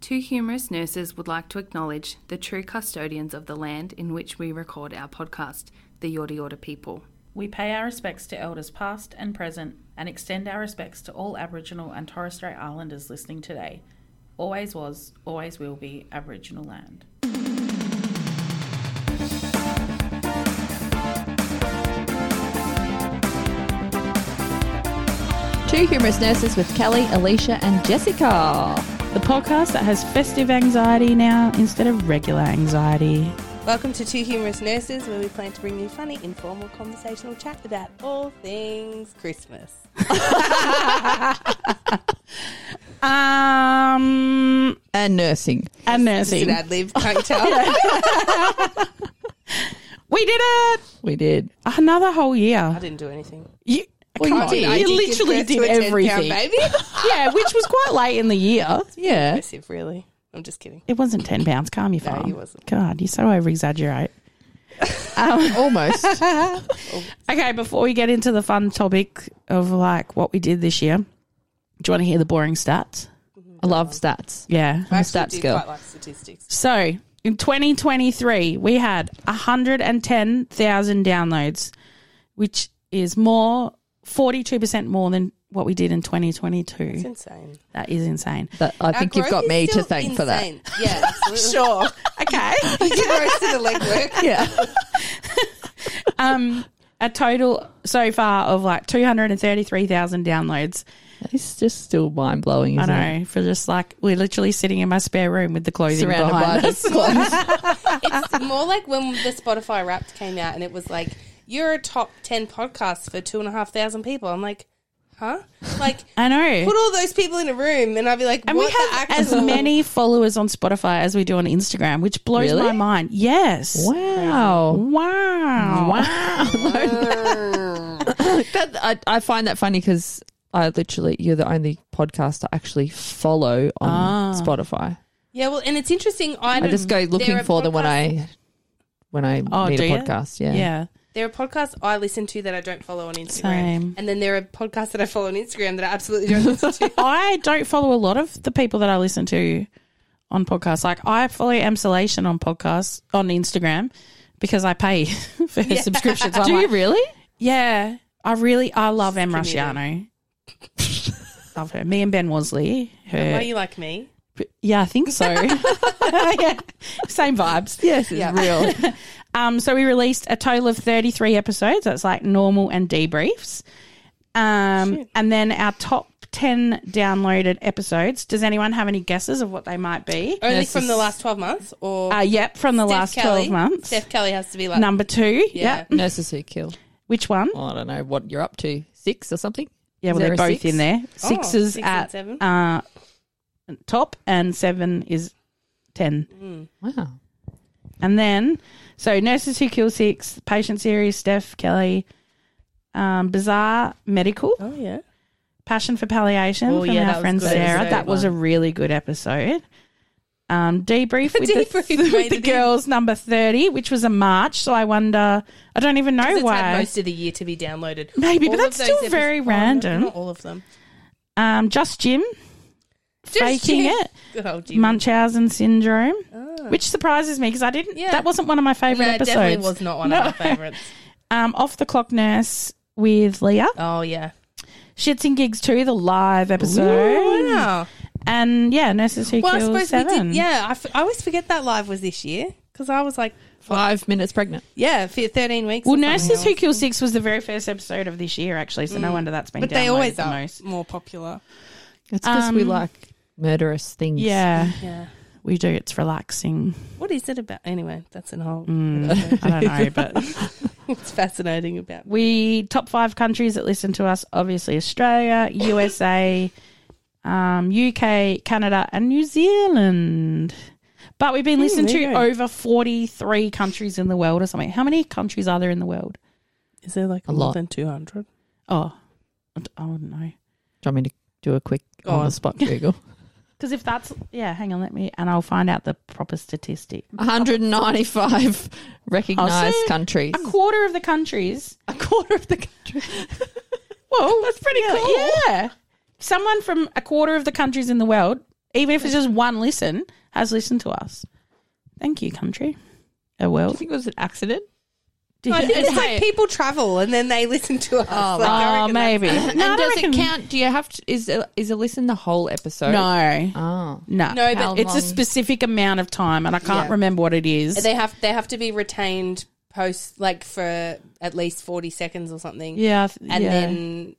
two humorous nurses would like to acknowledge the true custodians of the land in which we record our podcast, the Yorta Yorta people. We pay our respects to elders past and present and extend our respects to all Aboriginal and Torres Strait Islanders listening today. Always was, always will be Aboriginal land. Two Humorous Nurses with Kelly, Alicia, and Jessica. The podcast that has festive anxiety now instead of regular anxiety. Welcome to Two Humorous Nurses, where we plan to bring you funny, informal, conversational chat about all things Christmas. Um, And nursing. and It's an nursing. ad lib, can't you tell? We did it! We did. Another whole I year. didn't do anything. You, Well, you Come on, did. I you give literally birth to did a 10 pound everything. baby. yeah, which was quite late in the year. Yeah. Impressive, really. I'm just kidding. It wasn't 10 pounds. Calm your farm. he wasn't. God, you so over exaggerate. Almost. Okay, before we get into the fun topic of like what we did this year, do you want to hear the boring stats? I love stats. Yeah. I stats actually do girl. quite like statistics. So in 2023, we had 110,000 downloads, which is more, 42% more than what we did in 2022. It's insane. That is insane. But I think you've got me to thank for that. Yeah, absolutely. Sure. Okay. You gross to the legwork. Yeah. um, a total so far of like 233,000 downloads. It's just still mind blowing, I isn't it? know, for just like, we're literally sitting in my spare room with the clothing Surrounded by behind us. this clothes. It's more like when the Spotify Wrapped came out and it was like, you're a top 10 podcast for two and a half thousand people. I'm like, huh? Like, I know. put all those people in a room and I'd be like, and what we have the as actual- many followers on Spotify as we do on Instagram, which blows Really? my mind. Yes. Wow. Wow. That, I, I find that funny because I literally, you're the only podcast I actually follow on Spotify. Yeah, well, and it's interesting. I, I don't- just go there looking are for them when podcasts- I when I Oh, need do a you? podcast. Yeah. Yeah. There are podcasts I listen to that I don't follow on Instagram, Same. and then there are podcasts that I follow on Instagram that I absolutely don't listen to. I don't follow a lot of the people that I listen to on podcasts. Like I follow Emsolation on podcasts on Instagram because I pay for her subscriptions. I'm Do you like, really? yeah. I really I love Em Committed. Rusciano. love her. Me and Ben Worsley. Why are Her you like me? Yeah, I think so. yeah. Same vibes. Yes, it's real. Um, so we released a total of 33 episodes. That's like normal and debriefs. Um, and then our top 10 downloaded episodes. Does anyone have any guesses of what they might be? Only Yes, from the it's- last twelve months, or Uh, yep, from the Oh, Steph last Kelly. 12 months. Steph Kelly has to be like Number two. Yeah. Yep. Nurses who kill. Which one? Oh, I don't know what you're up to. Six or something. Yeah, well, Is they're there a both six? in there. Oh, Six is six and at seven. Uh, top, and seven is 10. Wow. And then, so Nurses Who Kill Six, Patient Series, Steph Kelly, um, Bizarre Medical. Oh yeah, Passion for Palliation Oh, from yeah, that our was friend good. Sarah. Episode That was a one. really good episode. Um, debrief with Debrief the, made with the it in. girls number 30, which was a March. So I wonder, I don't even know it's had why. most of the year to be downloaded. Maybe, but All of that's those still episodes- very Oh, no, random. not all of them. Um, Just Jim, faking you. it, Good old Jimmy. Munchausen syndrome, which surprises me because I didn't, Ah. Yeah. that wasn't one of my No, favorite it episodes. definitely was not one No. of my favorites. Um, Off the Clock Nurse with Leah, Oh yeah. Shits and Gigs 2, the live episode. Wow. And yeah, Nurses Who Well, I Kill suppose Seven. we did. Yeah, I, f- I always forget that live was this year because I was like, Five minutes pregnant. yeah, for thirteen weeks. Well, or something Nurses Who else. Kill Six was the very first episode of this year, actually, so no wonder that's been Mm. but downloaded they always the are most. more popular. It's because we Um, like murderous things. Yeah, Yeah. we do. It's relaxing. What is it about? Anyway, that's an whole. I don't know, but It's fascinating about. we top five countries that listen to us obviously Australia, USA, um, UK, Canada, and New Zealand. But we've been listened there to you go. over 43 countries in the world or something. How many countries are there in the world? Is there like A more lot. than two hundred? Oh, I d- I wouldn't know. Do you want me to do a quick Go on on. the spot Google? Because if that's, yeah, hang on, let me, and I'll find out the proper statistic. 195 recognized Oh, so- countries. A quarter of the countries. A quarter of the country. Well, that's pretty cool. Yeah. Someone from a quarter of the countries in the world even if it's just one listen, has listened to us. Thank you, country. A I world. think it was an accident. I think it's Hey. like people travel and then they listen to us. Oh, like, I Oh, reckon that's- maybe. No, I and does don't reckon- it count? Do you have to? Is a, is a listen the whole episode? No. Oh. No. No, but How it's a long? specific amount of time, and I can't Yeah. remember what it is. They have they have to be retained post like for at least forty seconds or something. yeah. I th- and yeah. then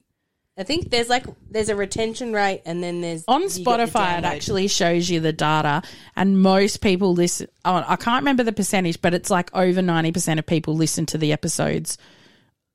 I think there's like there's a retention rate, and then there's on you get your Spotify, download. it actually shows you the data, and most people listen. Oh, I can't remember the percentage, but it's like over ninety percent of people listen to the episodes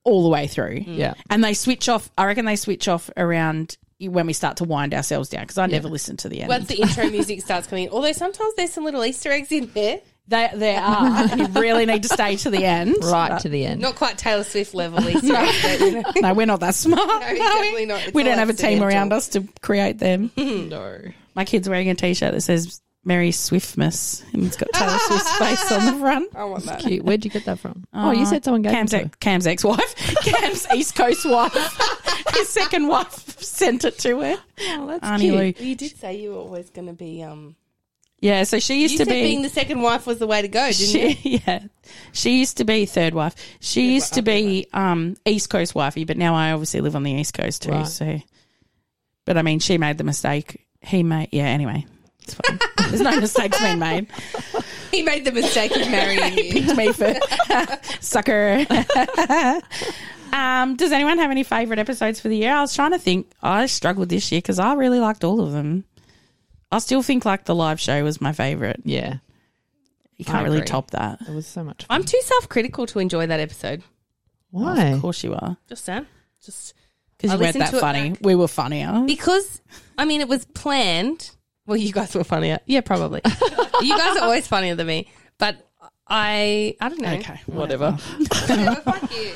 all the way through. Mm. Yeah. and they switch off. I reckon they switch off around when we start to wind ourselves down because I never listen to the end. once the intro music starts coming. in. Although sometimes there's some little Easter eggs in there, they, they are. you really need to stay to the end. Right to the end. not quite Taylor Swift level Easter eggs, but you know. No, we're not that smart. are we? definitely not. It's we don't all have a team accidental. around us to create them. No. My kid's wearing a T-shirt that says "Merry Swiftmas" and it's got Taylor Swift's face on the front. I want that. Cute. Where'd you get that from? oh, you said someone gave Cam's, it. to her. ex- Cam's ex-wife, Cam's East Coast wife, his second wife sent it to her. Oh, that's Arnie Lou. Well, you did say you were always going to be. Um, Yeah, so she used you to said be. being the second wife was the way to go, didn't you? she, yeah, she used to be third wife. She used to be um, East Coast wifey, but now I obviously live on the East Coast too. Right. So, but I mean, she made the mistake. He made, yeah. Anyway, it's fine. There's no mistakes being made. He made the mistake of marrying you. Picked me for sucker. um, does anyone have any favourite episodes for the year? I was trying to think. I struggled this year because I really liked all of them. I still think like the live show was my favourite. Yeah. You can't I really agree. top that. It was so much fun. I'm too self-critical to enjoy that episode. Why? Of course you are. Just saying. Just Because I you weren't listened that to it funny. back. We were funnier. because I mean it was planned. Well, you guys were funnier. Yeah, probably. you guys are always funnier than me. But I, I don't know. Okay. Whatever. Fuck you.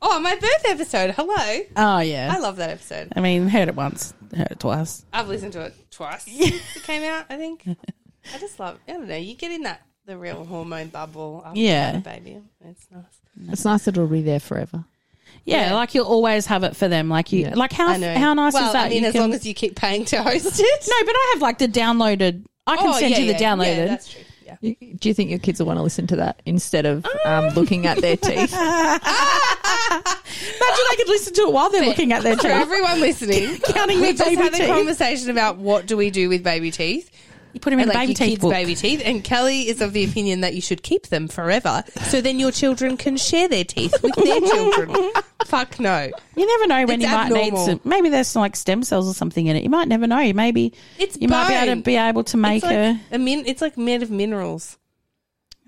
Oh, my birth episode. Hello. Oh, yeah. I love that episode. I mean, heard it once, heard it twice. I've listened to it twice. since It came out, I think. I just love. I don't know. You get in that the real hormone bubble. After Yeah. yeah, baby. It's nice. It's nice that it'll be there forever. Yeah, like you'll always have it for them. Like you, Yeah. like how I know. how nice well, is that? I mean, You as can- long as you keep paying to host it. no, but I have like the downloaded. I can Oh, send yeah, you the yeah, downloaded. Yeah, that's true. Yeah. You, do you think your kids will want to listen to that instead of um, looking at their teeth? Imagine I could listen to it while they're looking at their For teeth. everyone listening, Counting we the just baby had a teeth. conversation about what do we do with baby teeth. You put them in and a like baby your teeth kids' book. baby teeth. And Kelly is of the opinion that you should keep them forever, so then your children can share their teeth with their children. Fuck no. You never know when It's you might need abnormal. some. Maybe there's like stem cells or something in it. You might never know. Maybe It's you might be able to bone. be able to make It's like, a. a min- it's like made of minerals.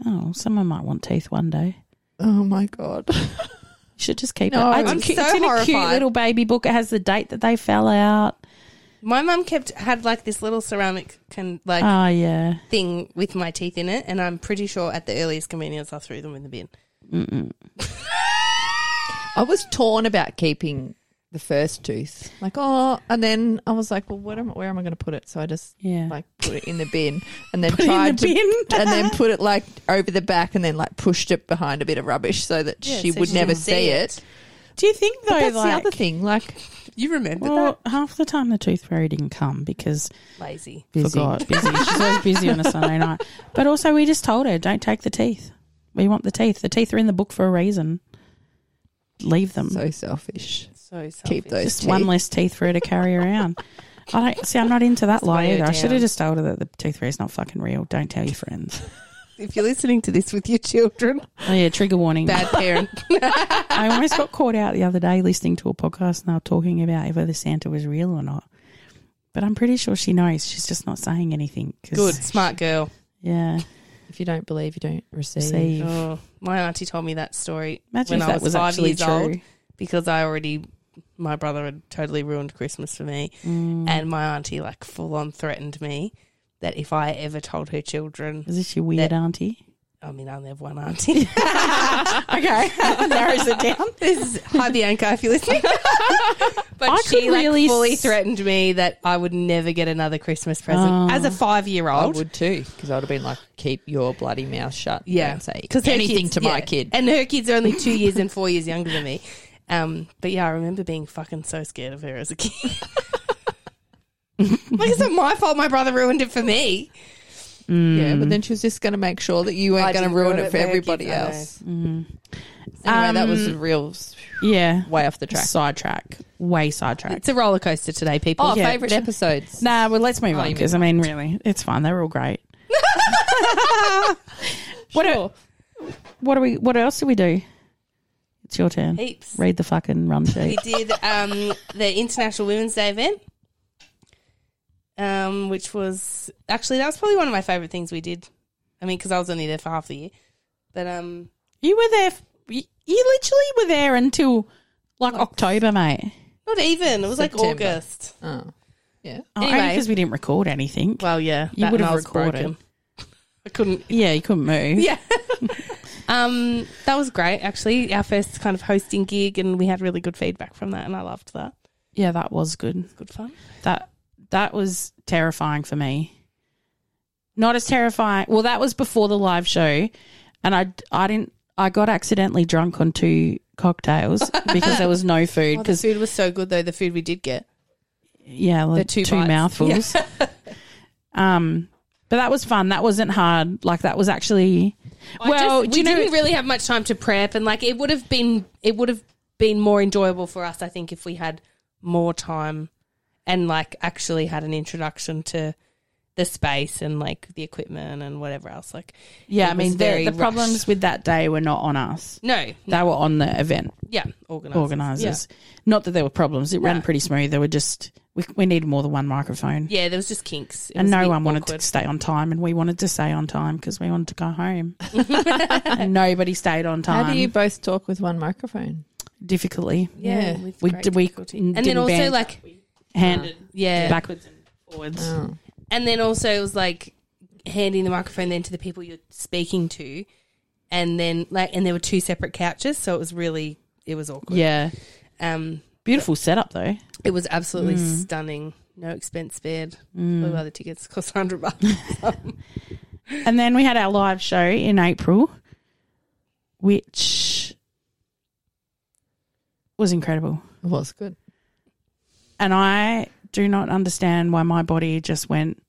Oh, someone might want teeth one day. oh my god! You should just keep No, it. I'm cu- so it's in a cute horrified. little baby book. It has the date that they fell out. My mum kept had like this little ceramic can like Oh yeah. thing with my teeth in it, and I'm pretty sure at the earliest convenience I threw them in the bin. I was torn about keeping the first tooth, like oh, and then I was like, well, what am, where am I going to put it? So I just Yeah. like put it in the bin, and then it in the tried to, bin. and then put it like over the back, and then like pushed it behind a bit of rubbish so that she so would she never didn't see see it. it. Do you think though? That's like, the other thing, like You remember Well, half the time the tooth fairy didn't come because that? Lazy. forgot busy. She's always busy on a Sunday night. But also, we just told her don't take the teeth. We want the teeth. The teeth are in the book for a reason. Leave them. so selfish. So selfish. Keep those just teeth. one less teeth for her to carry around. I don't see. I'm not into that lie way either. I down. should have just told her that the tooth fairy's not fucking real. Don't tell your friends. If you're listening to this with your children, Oh yeah, trigger warning. bad parent. I almost got caught out the other day listening to a podcast and they were talking about whether Santa was real or not. But I'm pretty sure she knows. She's just not saying anything. 'cause- Good, smart girl. Yeah. If you don't believe, you don't receive. Receive. Oh, my auntie told me that story Imagine when if I was, that was five actually years true. old because I already my brother had totally ruined Christmas for me, Mm. Mm. and my auntie like full on threatened me that if I ever told her children, Is this your weird auntie? I mean I only have one auntie. Okay. Narrows it down. this is, hi Bianca, if you're listening. but I she could like really fully s- threatened me that I would never get another Christmas present as a five year I old. would too, because I would have been like, keep your bloody mouth shut. Yeah, Don't say 'Cause her anything kids- to my yeah. kid. And her kids are only two years and four years younger than me. Um, but yeah, I remember being fucking so scared of her as a kid. Like, it's not my fault my brother ruined it for me. Yeah, but then she was just going to make sure that you I weren't going to didn't ruin ruin it, it for for her everybody kids, I know. else. Anyway, that was a real s- Yeah. way off the track. Sidetrack. Way sidetracked. It's a roller coaster today, people. Oh, Yeah. favorite episodes. Nah, well, let's move on you because I mean, really, it's fine. They're all great. what, Sure. what do we? What else do we do? It's your turn. Oh, Heaps. Read the fucking run We sheet. did um, the International Women's Day event, um, which was actually that was probably one of my favorite things we did. I mean, because I was only there for half the year, but um, you were there. f- You you literally were there until like October, mate. not even it was like September. August. Oh. Yeah. Oh, Anyway. because we didn't record anything. Well, yeah, You that would and have I was recorded. broken. I couldn't. yeah, you couldn't move. Yeah. um, that was great. Actually, our first kind of hosting gig, and we had really good feedback from that, and I loved that. yeah, that was good. Good fun. That that was terrifying for me. Not as terrifying. Well, that was before the live show, and I I didn't. I got accidentally drunk on two cocktails because there was no food. Because Because food was so good, though the food we did get. yeah, like two two, bites. mouthfuls. um, but that was fun. That wasn't hard. Like that was actually. well, Well, do you we know? didn't really have much time to prep, and like it would have been, it would have been more enjoyable for us, I think, if we had more time and like actually had an introduction to the space and like the equipment and whatever else. Like, yeah, I it was mean the, very the problems rushed. with that day were not on us. No, They were on the event yeah, organized. organisers. Not that there were problems. It ran pretty smooth. There were just we, we needed more than one microphone. Yeah, there was just kinks, It and was a no bit one wanted awkward. to stay on time, and we wanted to stay on time because we wanted to go home. and nobody stayed on time. How do you both talk with one microphone? difficulty Yeah, Yeah. with We great did- we difficulty. n- and then didn't also ban- like hand yeah, backwards and forwards? Oh. and then also it was like handing the microphone then to the people you're speaking to, and then like and there were two separate couches, so it was really it was awkward. Yeah, Um, beautiful setup though. it was absolutely Mm. stunning. No expense spared. Blue other tickets cost hundred bucks. And then we had our live show in April, which was incredible. It was good. And I do not understand why my body just went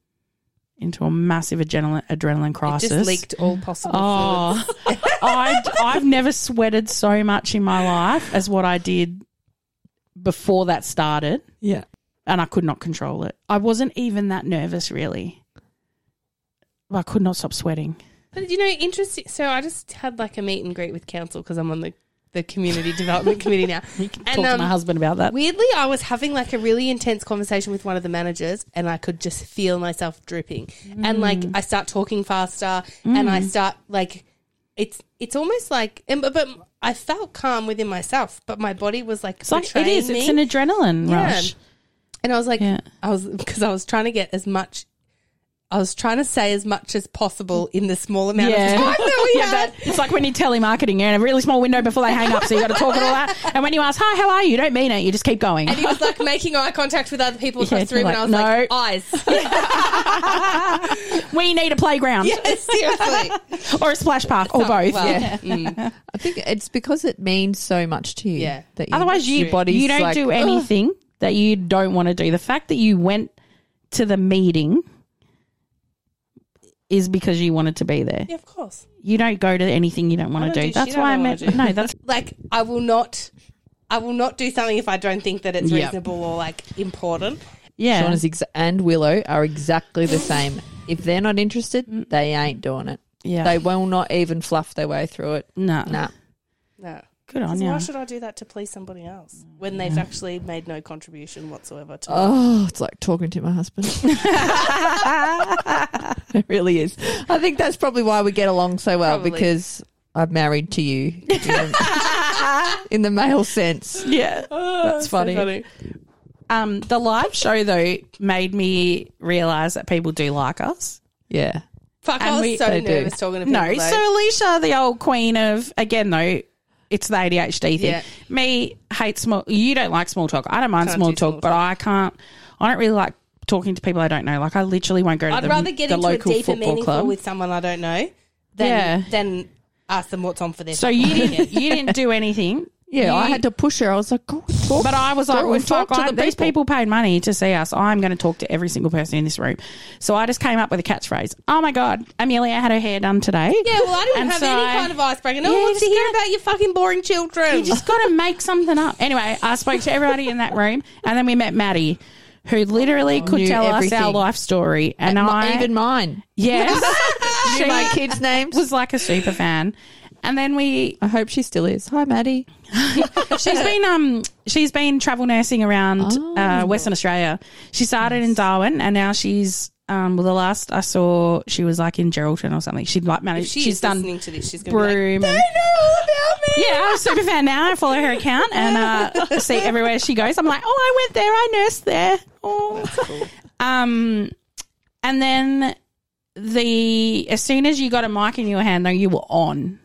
into a massive adrenaline adrenaline crisis. Just leaked all possible. fluids. Oh, I, I've never sweated so much in my life as what I did before that started, Yeah. and I could not control it. I wasn't even that nervous, really. I could not stop sweating. But you know, interesting. So I just had like a meet and greet with council because I'm on the the community development committee now. Talk to um, my husband about that. Weirdly, I was having like a really intense conversation with one of the managers, and I could just feel myself dripping. And like, Mm. I start talking faster, and I start like, it's it's almost like, and, but, but I felt calm within myself, but my body was like, it's like it is. betraying It's me. an adrenaline Yeah. rush. and I was like, Yeah. I was because I was trying to get as much. I was trying to say as much as possible in the small amount Yeah. of time that we Yeah, had. that, it's like when you telemarketing you're in a really small window before they hang up, so you got to talk it all out. And when you ask, "Hi, how are you?" you don't mean it. You just keep going. And he was like making eye contact with other people across Yeah, the room, and I was like, like, "No." eyes. we need a playground Yeah, seriously. or a splash park or both. Well, yeah. Mm. I think it's because it means so much to you. Yeah. That you, Otherwise, you your body's you don't like, do anything that you don't want to do. The fact that you went to the meeting is because you wanted to be there. yeah, of course. You don't go to anything you don't I want to don't do do. That's shit I why I don't meant wanna do. no. That's like I will not I will not do something if I don't think that it's Yep. reasonable or like important. yeah. Sean is exa- and Willow are exactly the same. If they're not interested, they ain't doing it. Mm. Yeah. They will not even fluff their way through it. no. Nah. No. Good on 'Cause you. Why should I do that to please somebody else when they've actually made no contribution whatsoever to Oh, it's like talking to my husband. it really is. I think that's probably why we get along so well Probably. because I'm married to you in, in the male sense. Yeah. "Oh, That's funny. Um, the live show though made me realize that people do like us. Yeah. Fuck, And I was we- so they do. nervous talking to people. No, though. so Alicia, the old queen of again though, it's the ADHD thing. Yeah. Me hate small. You don't like small talk. I don't mind Can't small do talk, small but I can't. I don't really like talking to people I don't know. Like I literally won't go to I'd the, rather get the into a local deeper football meaningful club. with someone I don't know than Yeah. than ask them what's on for their so you didn't. You didn't do anything. Yeah, I You- had to push her. I was like, Oh, go Talk. But I was like, Don't well, we talk fuck, to I- the these people paid money to see us. I'm going to talk to every single person in this room. So I just came up with a catchphrase. Oh my God, Amelia had her hair done today. Yeah, well, I didn't And have so any I- kind of icebreaker. No Yeah, one you wants to just hear gotta- about your fucking boring children. You just got to make something up. Anyway, I spoke to everybody in that room, and then we met Maddie, who literally could Knew tell us our everything. life story. And M- I even mine. yes, Knew my she kids' names. was like a super fan. And then we, I hope she still is. Hi, Maddie. she's been um, she's been travel nursing around Oh. uh, Western Australia. She started in Darwin, and now she's um, well, the last I saw, she was like in Geraldton or something. She'd like managed. she she's is done listening to this. She's going to be like, broom. and- Yeah, I'm a super fan now. I follow her account and uh, see everywhere she goes. I'm like, oh, I went there. I nursed there. Oh. Um, and then the as soon as you got a mic in your hand, though, you were on.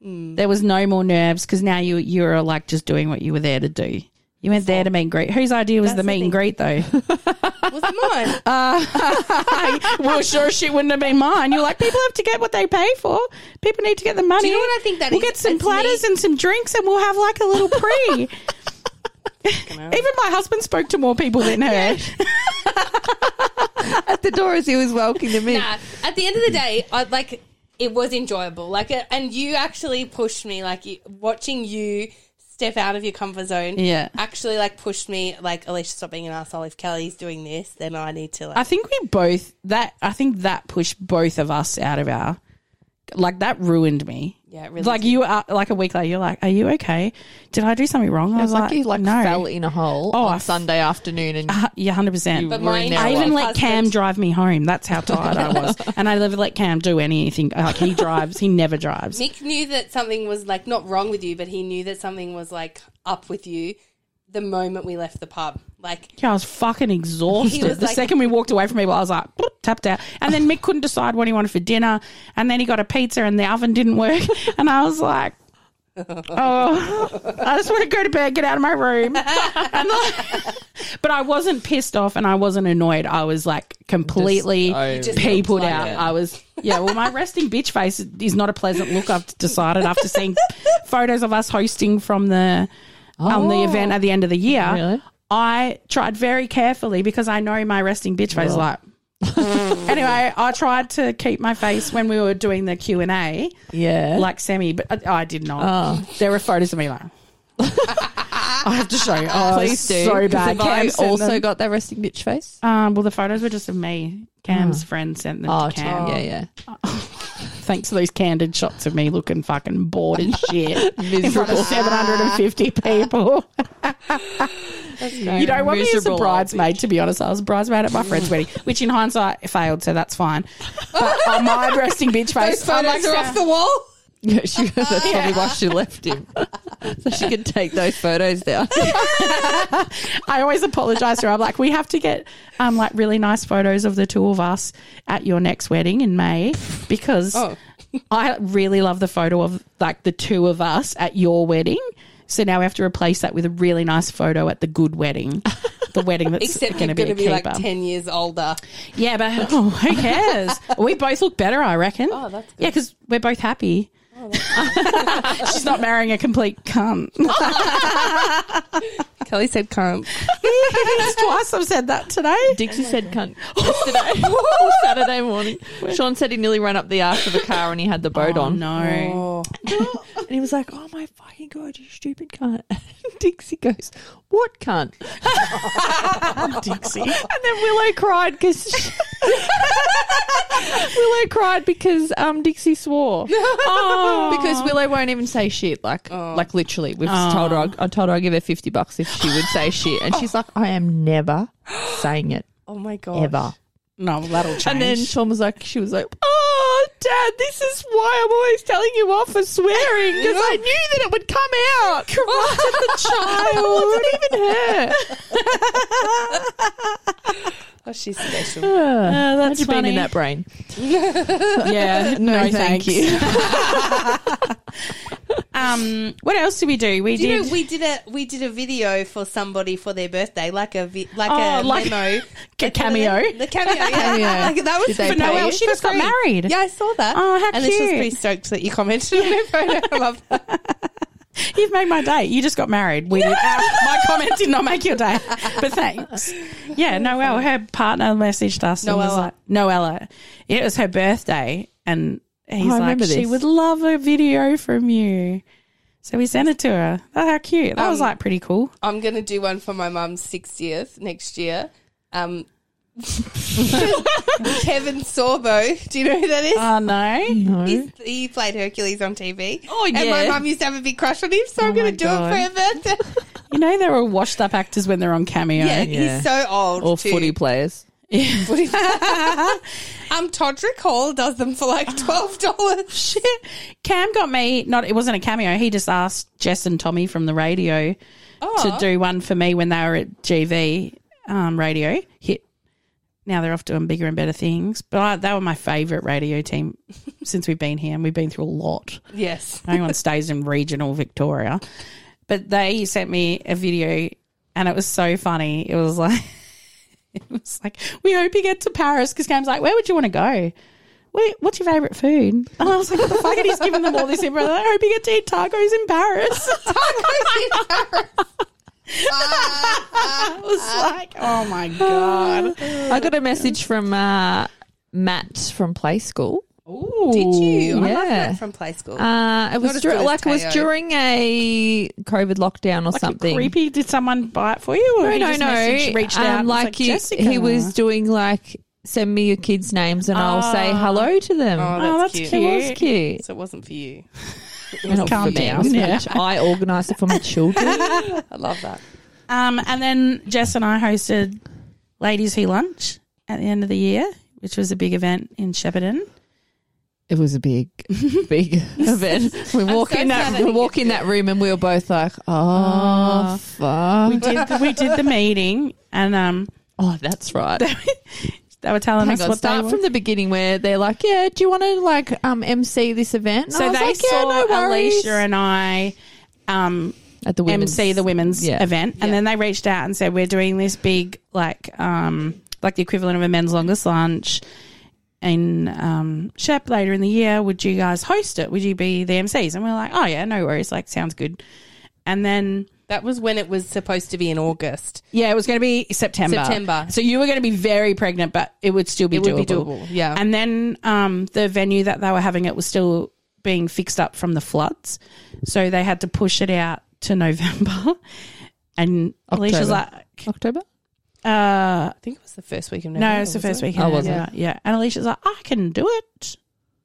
There was no more nerves because now you you were like just doing what you were there to do. You went there to meet and greet. Whose idea was the meet and greet though? was it mine? well, sure, she wouldn't have been mine. You're like, people have to get what they pay for. People need to get the money. Do you know what I think that we'll is? get some It's platters me- and some drinks, and we'll have like a little pre. Even my husband spoke to more people than her. At the door as he was welcoming me. Nah, at the end of the day, I like it was enjoyable. Like, it- and you actually pushed me. Like, you, watching you step out of your comfort zone, Yeah. actually like pushed me. Like, Alicia, stop being an asshole. If Kelly's doing this, then I need to. I Like, think we both that I think that pushed both of us out of our like that ruined me. yeah, it really. Like you are like a week later, you're like, "Are you okay? Did I do something wrong?" I It's was like, he like "No, fell in a hole Oh, on I f- Sunday afternoon and Uh, yeah, hundred percent." but were my in there I Our even life let Cam husband- drive me home. That's how tired I was. And I never let Cam do anything. Like he drives, he never drives. Mick knew that something was like not wrong with you, but he knew that something was like up with you the moment we left the pub. Like, Yeah, I was fucking exhausted. was the like- second we walked away from people, I was like "Bloop," tapped out. And then Mick couldn't decide what he wanted for dinner. And then he got a pizza and the oven didn't work. And I was like, oh, I just want to go to bed, get out of my room. And like- but I wasn't pissed off and I wasn't annoyed. I was like completely Just over it. peopled Like out. it. I was, yeah, well, my resting bitch face is not a pleasant look, I've decided after seeing photos of us hosting from the. On the event at the end of the year, Oh. Really? I tried very carefully because I know my resting bitch face like. anyway, I tried to keep my face when we were doing the Q and A, yeah. like Sammy, but I, I did not. Oh. There were photos of me like. I have to show you. Oh, Please do. So 'cause bad. Have I Cam sent also them. got that resting bitch face? Um, well, the photos were just of me. Cam's friend sent them Oh, to Cam. yeah, yeah. Thanks for those candid shots of me looking fucking bored as shit in front of Miserable. 750 people. You don't want me as a Miserable old bridesmaid, to be honest. I was a bridesmaid at my friend's wedding, which in hindsight failed, so that's fine. But on my resting bitch face, I'm like, the wall. Yeah, she, that's probably why she left him. so she can take those photos down. I always apologize to her. I'm like, we have to get um like really nice photos of the two of us at your next wedding in May because Oh. I really love the photo of like the two of us at your wedding. So now we have to replace that with a really nice photo at the good wedding. The wedding that's Except going you're to be going a to be keeper. like ten years older. Yeah, but oh, who cares? we both look better, I reckon. Oh, that's Yeah, because we're both happy. She's not marrying a complete cunt. Kelly said, "Can't." Twice I've said that today. Dixie said cunt yesterday, on Saturday morning. Sean said he nearly ran up the arse of a car and he had the boat Oh, on. no. And he was like, oh my fucking God, you stupid cunt. Dixie goes, what cunt? Dixie. And then Willow cried because Willow cried because um, Dixie swore. Oh. Because Willow won't even say shit. Like, like literally, we've told her. I, I told her I'd give her fifty bucks if she would say shit, and she's like, I am never saying it Oh my god! ever. No, well, that'll change. And then Sean was like, she was like, oh, Dad, this is why I'm always telling you off for swearing because I knew that it would come out. Corrupted the child. it wasn't even her. Oh, she's special. that's been funny. in that brain. yeah, no, No, thank thanks. um, what else did we do? We Do you did. know we did a we did a video for somebody for their birthday, like a vi- like Oh, a like- memo, a cameo. the cameo, yeah. Like, that was Did they for pay Noel. you? She She was just got free. married. Yeah, I saw that. Oh, how And then she was cute. pretty stoked that you commented on her photo. I love that. You've made my day. You just got married. We, uh, my comment did not make your day, but thanks. Yeah, Noelle, her partner messaged us. Noella. And was Noella. like, Noella. It was her birthday, and he's Oh, I like, remember she this. would love a video from you. So we sent it to her. Oh, how cute. That was like pretty cool. I'm gonna do one for my mum's 60th next year. Um, Kevin Sorbo, do you know who that is? Oh, no. He's, he played Hercules on TV. Oh, And my yeah. mum used to have a big crush on him, so I'm going to do God. it for her birthday. You know, they're all washed up actors when they're on cameo. yeah, Yeah. he's so old. or too. footy players. Footy. um, Todrick Hall does them for like twelve dollars. Shit. Cam got me, not, it wasn't a cameo. He just asked Jess and Tommy from the radio to do one for me when they were at GV um, radio hit. Now they're off doing bigger and better things, but I, they were my favourite radio team since we've been here, and we've been through a lot. Yes. No one stays in regional Victoria, but they sent me a video, and it was so funny. It was like, it was like, we hope you get to Paris because Cam's like, where would you want to go? Wait, what's your favourite food? And I was like, what the fuck? And he's giving them all this info. I hope you get to eat tacos in Paris. Uh, I was like, oh my god. I got a message from uh, Matt from Play School. Did you? I yeah. love that from play school. Uh, it Not was as dur- good as like it was Teo. during a COVID lockdown or something. Creepy. Did someone buy it for you? Or No, you no, just no. messaged- reached out. Um, and was like you- Jessica. he was doing like send me your kids' names and I'll say hello to them. oh, that's, Ah. Oh, that's cute. cute. It was cute. So it wasn't for you. And not Calm for me. down. It was for Yeah. the ch- I organised it for my children. I love that. Um, and then Jess and I hosted Ladies Who Lunch at the end of the year, which was a big event in Shepparton. it was a big, big event. We walk so in sad I that we didn't walk get in that room and we were both like, oh, fuck. Ah. We did we did the meeting, and um, oh, that's right. they were telling Hang us on, what start they from were. the beginning where they're like, "Yeah, do you want to like um MC this event?" And So I they was like, saw yeah, no worries." Alicia and I um, at the women's MC the women's Yeah. event, and then they reached out and said we're doing this big like um like the equivalent of a men's longest lunch in um Shep later in the year. Would you guys host it? Would you be the MCs? And we are like, oh yeah, no worries. Like sounds good. And then That was when it was supposed to be in August. yeah, it was going to be September. September. So you were going to be very pregnant, but it would still be It doable. would be doable, yeah. And then um, the venue that they were having it was still being fixed up from the floods, so they had to push it out to November. And Alicia's like, October. October. uh, I think it was the first week of November. no, it's the first week. weekend. Oh, was it? yeah, yeah. And Alicia's like, I can do it.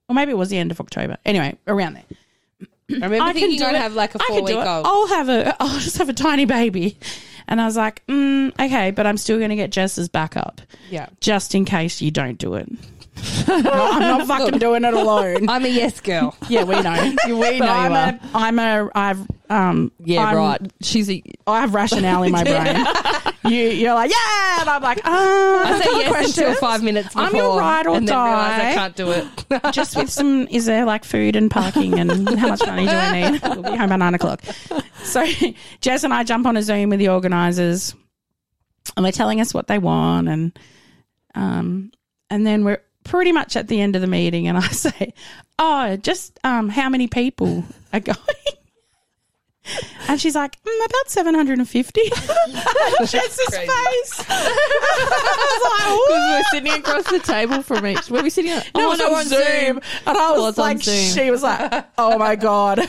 Or maybe it was the end of October. Anyway, around there. I remember I can thinking do I'd it. have like a I four can week do it. Oh. old. I'll have a. I'll just have a tiny baby. And I was like, mm, okay, but I'm still going to get Jess's backup Yeah. just in case you don't do it. No, I'm not fucking doing it alone. I'm a yes girl. Yeah, we know. we know I'm you a, I'm a. I've. Um. Yeah, I'm- right. She's a I have rationale in my brain. you, you're like, yeah, and I'm like, oh, I say yes question. until five minutes before. I'm your ride or and then realise die. I can't do it. just with some is there like food and parking and how much money do I need? We'll be home by nine o'clock. So Jazz and I jump on a Zoom with the organisers and they're telling us what they want and um and then we're pretty much at the end of the meeting and I say, Oh, just um how many people are going? And she's like, mm, about 750. Jess's crazy. face. I was like, we were sitting across the table from each. Were we sitting? on- no, oh, it was on Zoom. And I was, Was on like, Zoom. she was like, oh my God.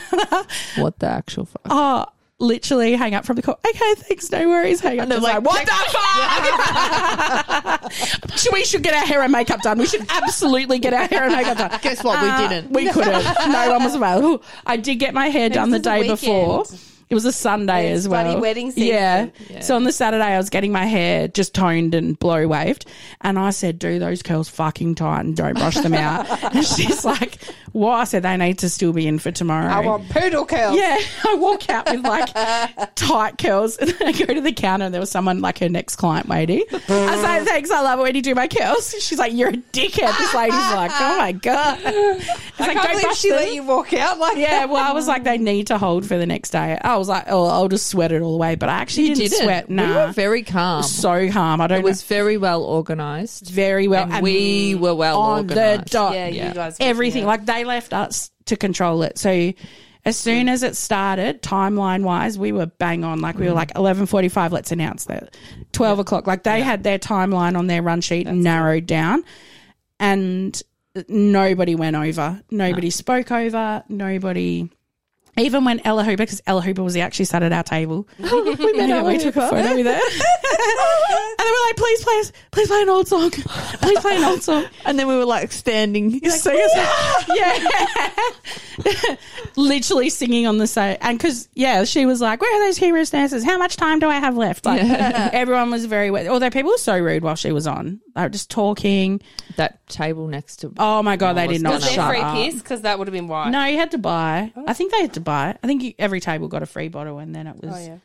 What the actual fuck? oh, literally hang up from the call. Okay, thanks, no worries. Hang up. Just like, what the fuck? we should get our hair and makeup done. We should absolutely get our hair and makeup done. Guess what? We Uh, didn't. We couldn't. No one was available. I did get my hair done the was a day before. weekend. It was a Sunday It's as well. bloody wedding season. Yeah. So on the Saturday, I was getting my hair just toned and blow waved, and I said, "Do those curls fucking tight and don't brush them out." and she's like, "What?" I said, "They need to still be in for tomorrow." I want poodle curls. Yeah, I walk out with like tight curls, and then I go to the counter, and there was someone like her next client waiting. I was like, "Thanks, I love it when you do my curls." She's like, "You're a dickhead." This lady's like, "Oh my god!" It's I can't like, "Don't believe brush she them." let you walk out like that. Yeah, well, I was like, they need to hold for the next day. I was like, oh, I'll just sweat it all the way. But I actually didn't, sweat. We were Nah, very calm. so calm. I don't it was know. very well organised. very well. and we were well on the organised. dot. Yeah, you guys. everything yeah. like they left us to control it. So As soon as it started, timeline wise, we were bang on. Like we were like eleven forty five. Let's announce that twelve o'clock. Like they had their timeline on their run sheet narrowed down, and nobody went over. Nobody spoke over. Nobody. Even when Ella Hooper, because Ella Hooper was the actually sat at our table. we met her. We took a photo with her. and they were like, please play us, please play an old song. Please play an old song. And then we were like standing. So it's- yeah. Literally singing on the stage. And because, yeah, she was like, Where are those humorous nurses? How much time do I have left? Like, everyone was very, wa- although people were so rude while she was on. They were just talking. that table next to. Oh my God, they did not Was there shut free Oh. up. piss? Because that would have been why. No, you had to buy. I think they had to buy. I think you, every table got a free bottle, and then it was Oh yeah.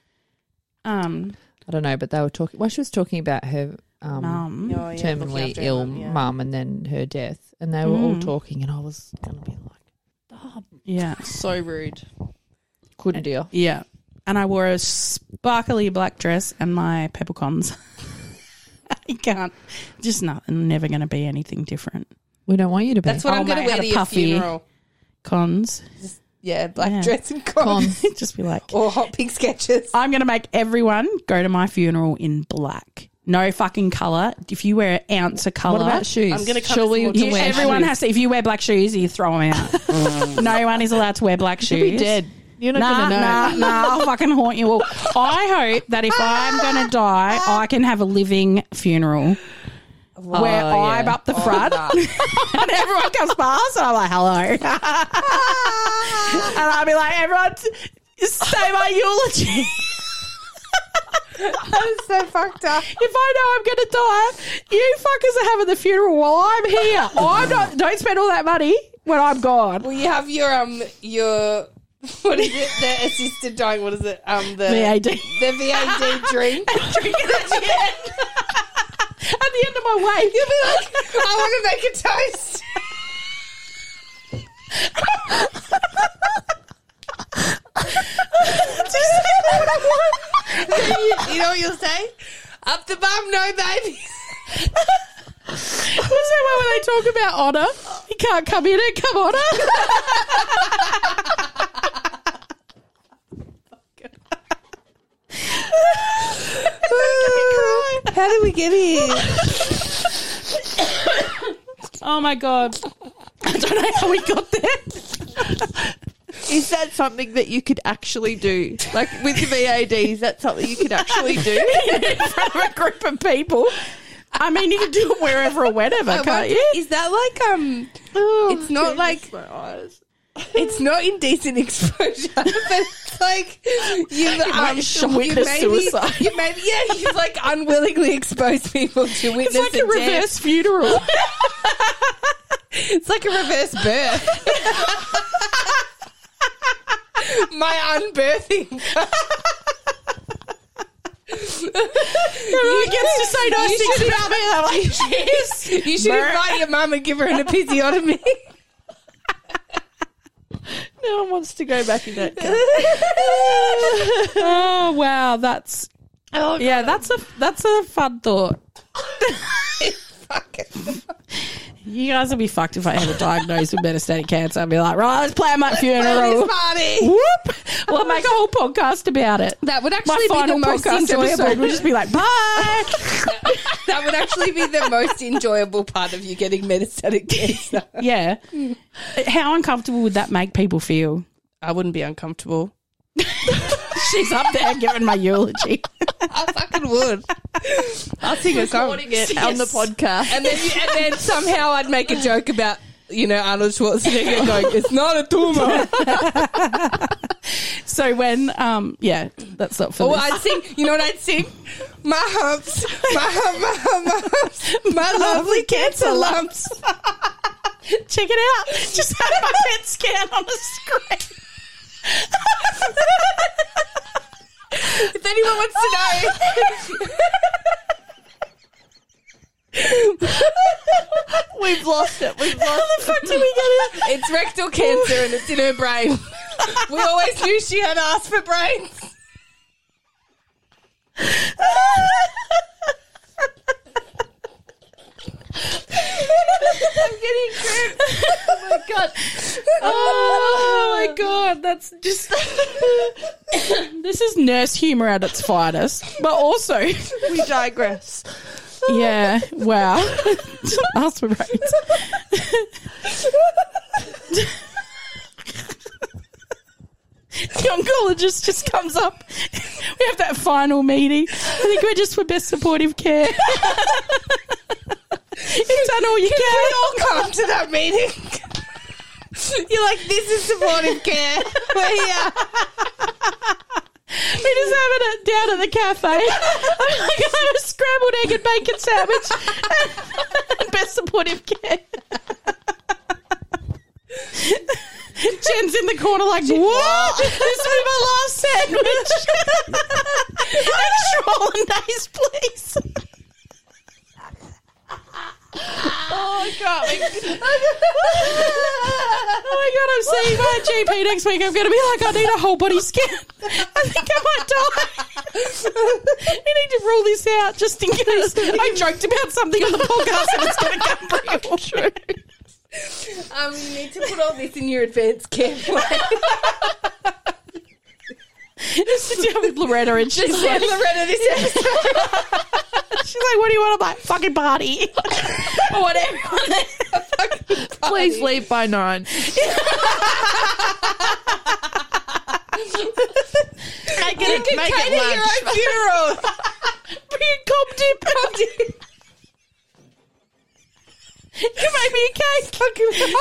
um I don't know, but they were talking. Well, she was talking about her um, um Oh, yeah, looking terminally after ill everyone, yeah. mum and then her death, and they were all talking, and I was gonna be like, yeah so rude, couldn't deal. yeah. And I wore a sparkly black dress and my peppercorns. I can't. Just not. Never going to be anything different. We don't want you to be. That's what Oh, I'm going mate, to wear had to a your puffy. funeral. Cons. Yeah, black Yeah. dress and cons. Just be like, or hot pink sketches. I'm going to make everyone go to my funeral in black. No fucking color. If you wear an ounce of color, what about shoes? I'm gonna cover Shall we some more to you- wear everyone shoes? Mm. has to. If you wear black shoes, you throw them out. no one is allowed to wear black shoes. You'll be dead. You're not nah, gonna know. nah, nah. I'll fucking haunt you all. I hope that if I'm gonna die, I can have a living funeral where yeah. I'm up the front and everyone comes past, and I'm like, "Hello," and I'll be like, "Everyone, say my eulogy." That is so fucked up. If I know I'm going to die, you fuckers are having the funeral while I'm here. I'm not. Don't spend all that money when I'm gone. Well, you have your um your what is it? The assisted dying. What is it? Um the VAD. At the VAD drink. the end of my wake, you'll be like, I want to make a toast. you know what you'll say? Up the bum, no baby. what's that one where they talk about honour? You can't come in and come honour. How did we get here? Oh my god. I don't know how we got there. Is that something that you could actually do? Like with the VAD, is that something you could actually do? in front of a group of people. I mean, you can do it wherever or whenever, can't you? Is that like um? Oh, it's not like it's not indecent exposure, but it's like you've um, might sh- you witness maybe, suicide. You maybe yeah, you've like unwillingly exposed people to witness It's like a death. reverse funeral. It's like a reverse birth. My unbirthing. Everyone gets to say nice You things should about me. They're like, cheers. You should Birth. invite your mum and give her an episiotomy. No one wants to go back in that. oh wow, that's yeah, that's a that's a fun thought. Fuck it. You guys will be fucked if I ever diagnosed with metastatic cancer. I'd be like, right, let's plan Oh my funeral. party. Whoop! We'll make a whole podcast about it. That would My actually be the final most podcast episode. enjoyable. We'll just be like, bye. that would actually be the most enjoyable part of you getting metastatic cancer. yeah. How uncomfortable would that make people feel? I wouldn't be uncomfortable. She's up there giving my eulogy. I fucking would. I'll sing a song. on the podcast. And then, you, and then somehow I'd make a joke about, you know, Arnold Schwarzenegger going, it's not a tumor. So when, um, yeah, that's not for Or this. I'd sing, you know what I'd sing? My humps, my hum, my hum, my humps, my lovely cancer lumps. Check it out. Just had my PET scan on the screen. If anyone wants to know. We've lost it. We've How lost the fuck did we get it? It's rectal cancer and it's in her brain. We always knew she had asked for brains. it. Oh my god, that's just This is nurse humor at its finest, but also We digress. yeah, wow. Ah. Us were right. the oncologist just comes up. We have that final meeting. I think we're just for best supportive care. You've done all you can. come to that meeting. You're like, this is supportive care. We're here. We just having it down at the cafe. I'm like, I have a scrambled egg and bacon sandwich. Best supportive care. Jen's in the corner like, what? this will be my last sandwich. Extra hollandaise, please. Oh my god, I'm seeing my GP next week. I'm going to be like, I need a whole body scan. I think I might die. we need to rule this out just in case I joked about something on the podcast and it's going to come real true. Um, you need to put all this in your advanced care plan. Sit down with Loretta and she's Just like, send Loretta this episode. she's like, what do you want? I'm like, fucking party. or whatever. Please leave by nine. Make it, make it Cater your own funeral. Be a cop dip. you can make me a cake.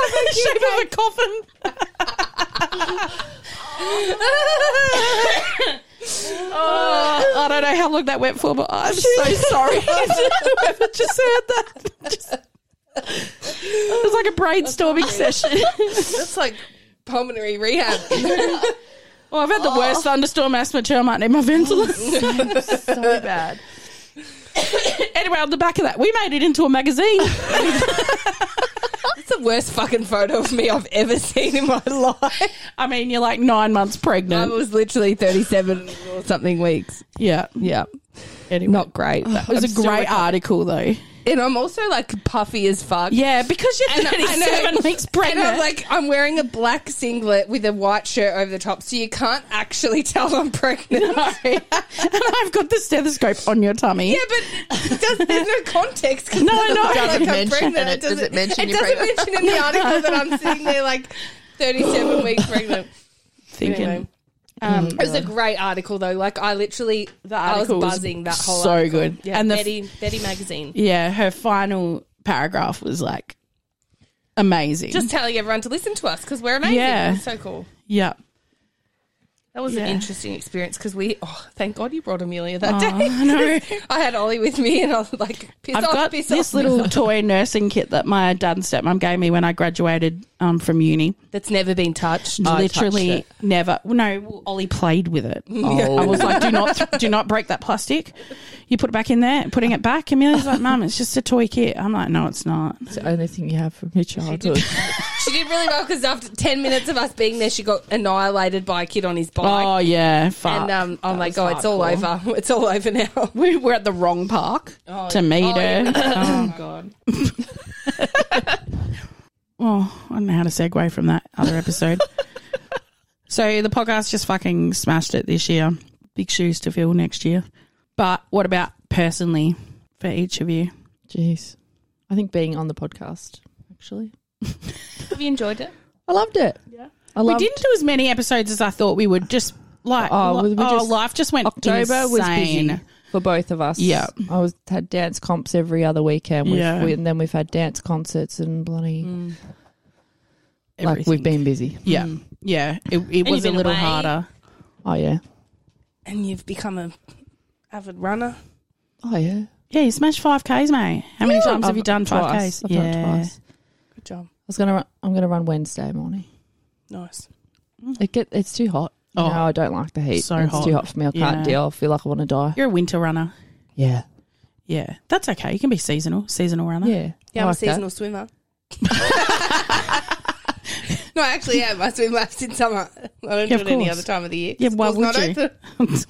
Fucking shape of a coffin. oh, I don't know how long that went for, but I'm so sorry. Whoever just heard that. Just- it was like a brainstorming session. That's like pulmonary rehab. Oh, I've had the worst thunderstorm asthma too. I might need my ventilator. So bad. anyway, on the back of that, we made it into a magazine. That's the worst fucking photo of me I've ever seen in my life. I mean, you're like nine months I pregnant. was literally 37 or something weeks. yeah. Yeah. Anyway. Not great. It It was a great article, though. And I'm also like puffy as fuck. Yeah, because you're And I- I know. 37 weeks And pregnant. I'm like, I'm wearing a black singlet with a white shirt over the top, so you can't actually tell I'm pregnant. and I've got the stethoscope on your tummy. Yeah, but it does, there's no context. 'cause No, it doesn't no. look Doesn't like I'm mention- pregnant. and it doesn't mention It you're doesn't pregnant. mention in the article that I'm sitting there like 37 weeks pregnant. Thinking, Mm-hmm. Oh Anyway. Um, It was a great article though. Like I literally, I was article was buzzing that whole. so article. good. Yeah, And the f- Betty Betty magazine. yeah, her final paragraph was like amazing. Just telling everyone to listen to us because we're amazing. Yeah. Yeah, so cool. yeah. That was Yeah. an interesting experience because we. Oh, thank God you brought Amelia that Oh, day. I know. I had Ollie with me, and I was like, "Piss I've off, got piss this off." little toy nursing kit that my dad and stepmom gave me when I graduated um, from uni. That's never been touched. literally never. No, well, Ollie played with it. I was like, do not, do not break that plastic. You put it back in there, putting it back. Amelia's like, Mum, it's just a toy kit. I'm like, no, it's not. It's the only thing you have from your childhood. she did really well because after ten minutes of us being there, she got annihilated by a kid on his bike. Oh yeah, fuck. and um, I'm like, That "Oh, was it's all over. hardcore. It's all over now." we were at the wrong park Oh, to meet oh, her. yeah. Oh god. oh, I don't know how to segue from that other episode. so the podcast just fucking smashed it this year. Big shoes to fill next year. But what about personally for each of you? Jeez. I think being on the podcast, actually. Have you enjoyed it? I loved it. Yeah. I We loved didn't do as many episodes as I thought we would. Just like Oh, oh, we just- life just went October was insane. busy for both of us. Yeah. I was had dance comps every other weekend. We've, Yeah. Mm. we, and then we've had dance concerts and bloody like Everything. we've been busy. Mm. Yeah, yeah. It, it was you've a been little away. harder. Oh yeah. And you've become a avid runner. Oh yeah. Yeah, you smashed five Ks, mate. How many times have you done five Twice. Ks? I've yeah. done twice. I Good job. was gonna. Run, I'm gonna run Wednesday morning. Nice. It get. It's too hot. Oh. no, I don't like the heat. So it's hot. too hot for me. I can't Yeah. deal. I feel like I want to die. You're a winter runner. Yeah. Yeah, that's okay. You can be seasonal, seasonal runner. Yeah. I Yeah, I'm like a that. seasonal swimmer. no, I actually am. I swim laps in summer. I don't Yeah, do of it any course. other time of the year. Yeah, why School's would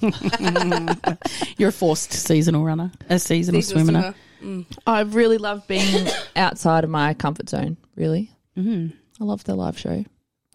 not you? open. You're a forced seasonal runner, a seasonal, Seasonal swimmer. swimmer. I really love being outside of my comfort zone. Really. Mm-hmm. I love the live show.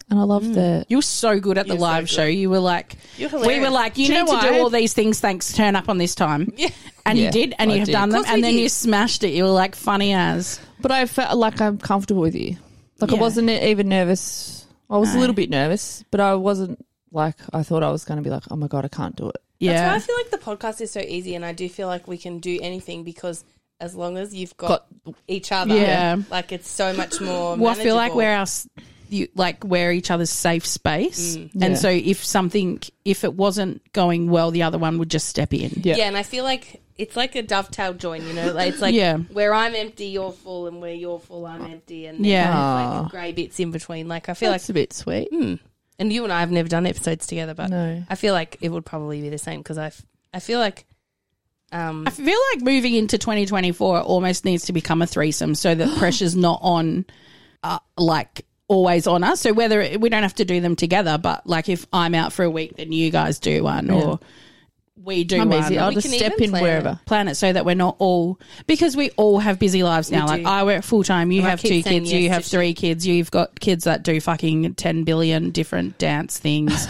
And I love Mm. the. You were so good at the live show. You were like, You're we were hilarious. like, you Do you need know to do why? all these things. Thanks, turn up on this time. Yeah, and you Yeah, did, and I you have did. done them, Of course and we then did. you smashed it. You were like funny as. But I felt like I'm comfortable with you. Like Yeah. I wasn't e-, even nervous. I was a little bit nervous, but I wasn't like I thought I was going to be like, oh my god, I can't do it. That's why Yeah, I feel like the podcast is so easy, and I do feel like we can do anything because as long as you've got, Got- each other, Yeah. like it's so much more. well, I feel like manageable. we're our, s- you, like we're each other's safe space, Mm. Yeah. and so if something, if it wasn't going well, the other one would just step in. Yeah. yeah, and I feel like it's like a dovetail join. You know, like it's like Yeah. where I'm empty, you're full, and where you're full, I'm empty, and Yeah. Ah. yeah, like grey bits in between. Like I feel like, That's a bit sweet. and you and I have never done episodes together, but No. I feel like it would probably be the same because I, f- I feel like, um, I feel like moving into 2024 almost needs to become a threesome so that pressure's not on, uh, like, always on us. So whether it, we don't have to do them together, but like if I'm out for a week, then you guys do one or we do I'm one. easy. I'll We just can step even in plan wherever. plan it so that we're not all because we all have busy lives now. like do. I work full time, you I have keep two saying kids, yes you to have shit. three kids, you've got kids that do fucking ten billion different dance things.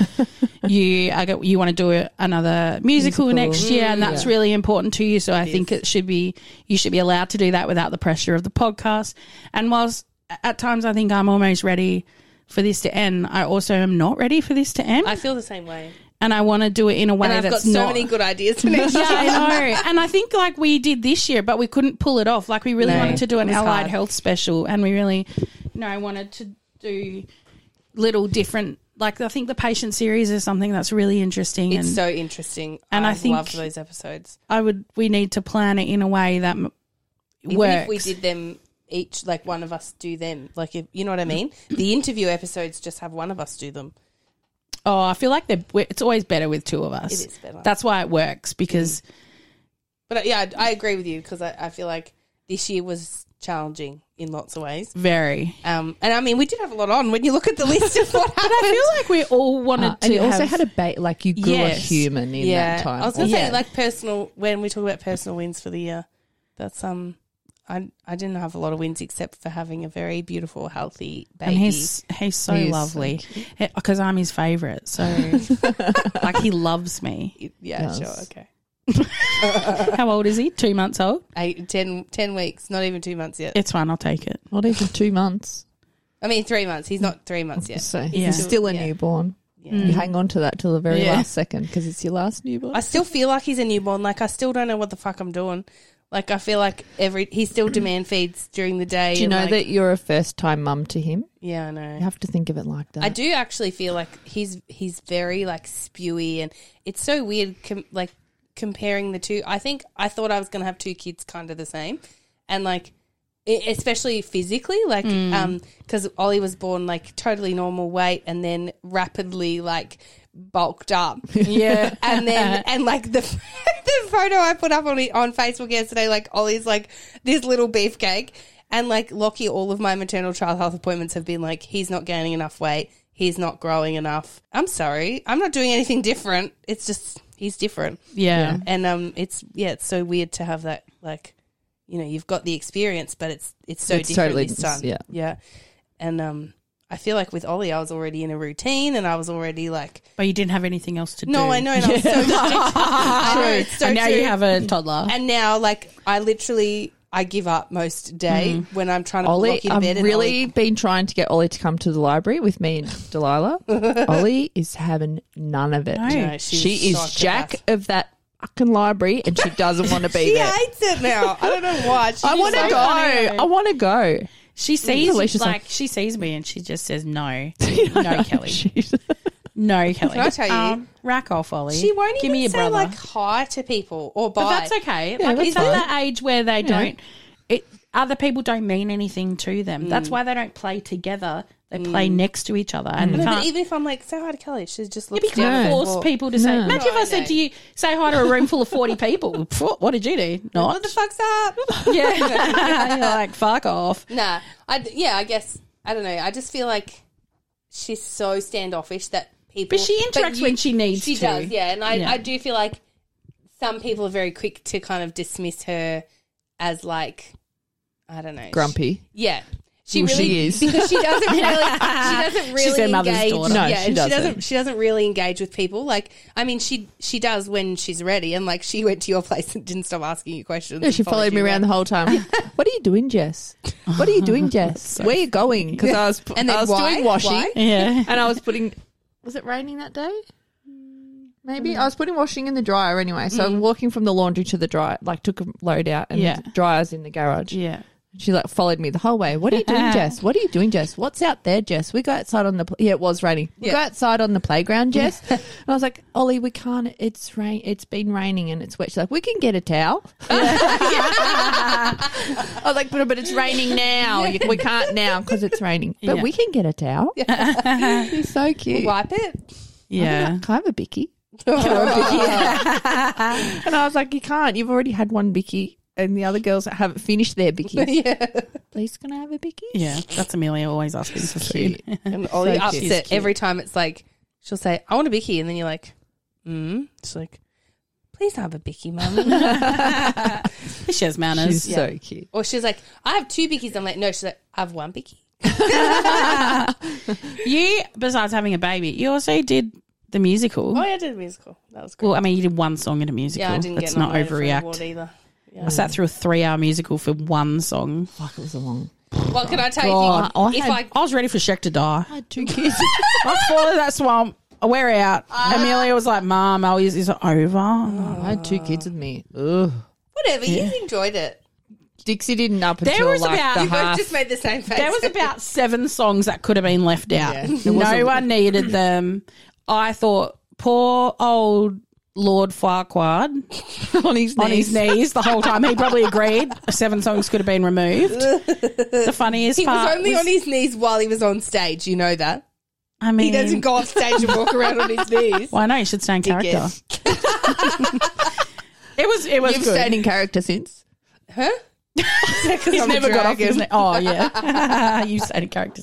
you I got, you want to do a- another musical, Musical. next year, and that's really important to you. So I think it should be you should be allowed to do that without the pressure of the podcast. And whilst at times I think I'm almost ready. For this to end, I also am not ready for this to end, I feel the same way, and I want to do it in a way and I've got that's so not many good ideas for next yeah, year. I know. And I think like we did this year, but we couldn't pull it off. Like we really No, wanted to do an it was allied hard. health special, and we really, you know, wanted to do little different. Like I think the patient series is something that's really interesting, It's and so interesting, and I think- love those episodes. I would we need to plan it in a way that m- Even works. if we did them each, like one of us do them, like if, you know what I mean. Mm. the interview episodes just have one of us do them. Oh, I feel like they're, it's always better with two of us. It is Mm. better. That's why it works because But uh, yeah, I, I agree with you because I, I feel like this year was challenging in lots of ways. Mm. very. Um, and I mean, we did have a lot on when you look at the list of what happened. I feel like we all wanted Ah, Uh, to. and you also have- had a bait, like you grew Yes. a human in yeah, that time. I was gonna Yeah. say like personal when we talk about personal wins for the year. That's um, I I didn't have a lot of wins except for having a very beautiful, healthy baby. And he's he's so He is so lovely because oh, I'm his favorite. So like he loves me. yeah, sure, Yes. okay. How old is he? Two months old. Eight, ten, ten weeks, not even two months yet. It's fine. I'll take it. Not even two months. I mean, three months. He's not three months yet. So Yeah. it's still a Yeah. newborn. Yeah. You hang on to that till the very Yeah. last second because it's your last newborn. I still feel like he's a newborn. Like I still don't know what the fuck I'm doing. Like I feel like every he still demand feeds during the day. Do you and, know like- that you're a first time mum to him? Yeah, I know. You have to think of it like that. I do actually feel like he's he's very like spewy, and it's so weird. Com- like comparing the two, I think I thought I was gonna have two kids kind of the same, and like e- especially physically, like um because Ollie was born like totally normal weight, and then rapidly like bulked up. Yeah. and then and like the the photo I put up on on Facebook yesterday, like Ollie's like this little beefcake, and like Lockie, all of my maternal child health appointments have been like he's not gaining enough weight, he's not growing enough. I'm sorry, I'm not doing anything different. It's just he's different, Yeah. and um, it's yeah, it's so weird to have that like, you know, you've got the experience, but it's it's so It's different totally- this time, yeah. yeah, and um. I feel like with Ollie, I was already in a routine, and I was already like, But you didn't have anything else to do. no, I know, and I was so strict. I know, it's so and now true. you have a toddler. And now, like, I literally I give up most day Mm-hmm. when I'm trying to Ollie, lock in I've bed. and really Ollie- been trying to get Ollie to come to the library with me and Delilah. Ollie is having none of it. No, she's she is psychopath. jack of that fucking library, and she doesn't want to be she there. hates it now. I don't know why. She I just want to like- go. I want to go. she sees Alicia's like, like- she sees me and she just says no, no Kelly, no Kelly. Can I tell you? rack off, Ollie. She won't give even me a say brother. like hi to people or bye. but that's okay. like that's it's at fine. that age where they don't. It other people don't mean anything to them. Mm. That's why they don't play together. They play next to each other, and you No, can't. Mm. but even if I'm like, say hi to Kelly, she just Yeah, looks but you down can't at force the wall. people to say. No. Imagine if I No, said no. to you, "Say hi to a room full of forty people." Pff, what did you do? What Not. the fuck's up? Yeah, You're like fuck off. Nah, I yeah, I guess I don't know. I just feel like she's so standoffish that people. But she interacts you- when she needs She to. does, yeah, and I, Yeah. I do feel like some people are very quick to kind of dismiss her as like I don't know Grumpy. Yeah, She Well, really she is. because she doesn't really she doesn't really their mother's engage. daughter. No, yeah, she and doesn't. she doesn't she doesn't really engage with people. Like I mean she she does when she's ready and like she went to your place and didn't stop asking you questions. Yeah, she followed me around the whole time. what are you doing, Jess? What are you doing, Jess? Where are you going? Because I was, And then I was why? doing washing, Why? Yeah. and I was putting. Was it raining that day? Mm. Maybe I was putting washing in the dryer anyway. So I'm walking from the laundry to the dryer, like took a load out, and Yeah. the dryer's in the garage. Yeah. She like followed me the whole way. What are you doing, Jess? What are you doing, Jess? What's out there, Jess? We go outside on the pl- yeah, it was raining. We go outside on the playground, Jess. and I was like, Ollie, we can't. It's rain. It's been raining and it's wet. She's like, we can get a towel. I was like, but, but it's raining now. You- We can't now because it's raining. But Yeah. we can get a towel. He's so cute. wipe it. Yeah. Can I have a bicky? and I was like, you can't. You've already had one bicky, and the other girls haven't finished their bickies. Yeah. Please, can I have a bicky? Yeah. That's Amelia always asking for food. And Ollie So cute. upset every time it's like she'll say, I want a bicky and then you're like, Mm. She's like, Please have a bicky, mum. she has manners. She's so cute. or she's like, I have two bickies. I'm like, No, she's like, I have one bicky. You, besides having a baby, you also did the musical. Oh yeah, I did a musical. That was great. Well, I mean, you did one song in a musical. yeah, I didn't Let's get not nominated for an award overreact. either. I sat through a three-hour musical for one song. Oh, Fuck, it was a long. Well, can I tell God. you? I if had- I I was ready for Sheck to die. I had two kids. I fall in that swamp. We're out. Amelia was like, "Mom, oh, is, is it over?" Mm. I had two kids with me. Ugh. whatever, you enjoyed it. Dixie didn't up There until was like about- the You You both half. just made the same face. There was about seven songs that could have been left out. Yeah. no one needed them. I thought, poor old Lord Farquhar on his on his knees the whole time. He probably agreed. Seven songs could have been removed. The funniest he was part only was- on his knees while he was on stage. You know that I mean, he doesn't go off stage and walk around on his knees. Well, I know you should stay in character. it was. It was You've good. stayed in character since. He's I'm a never got off dragon. his na- Oh yeah, you said in character.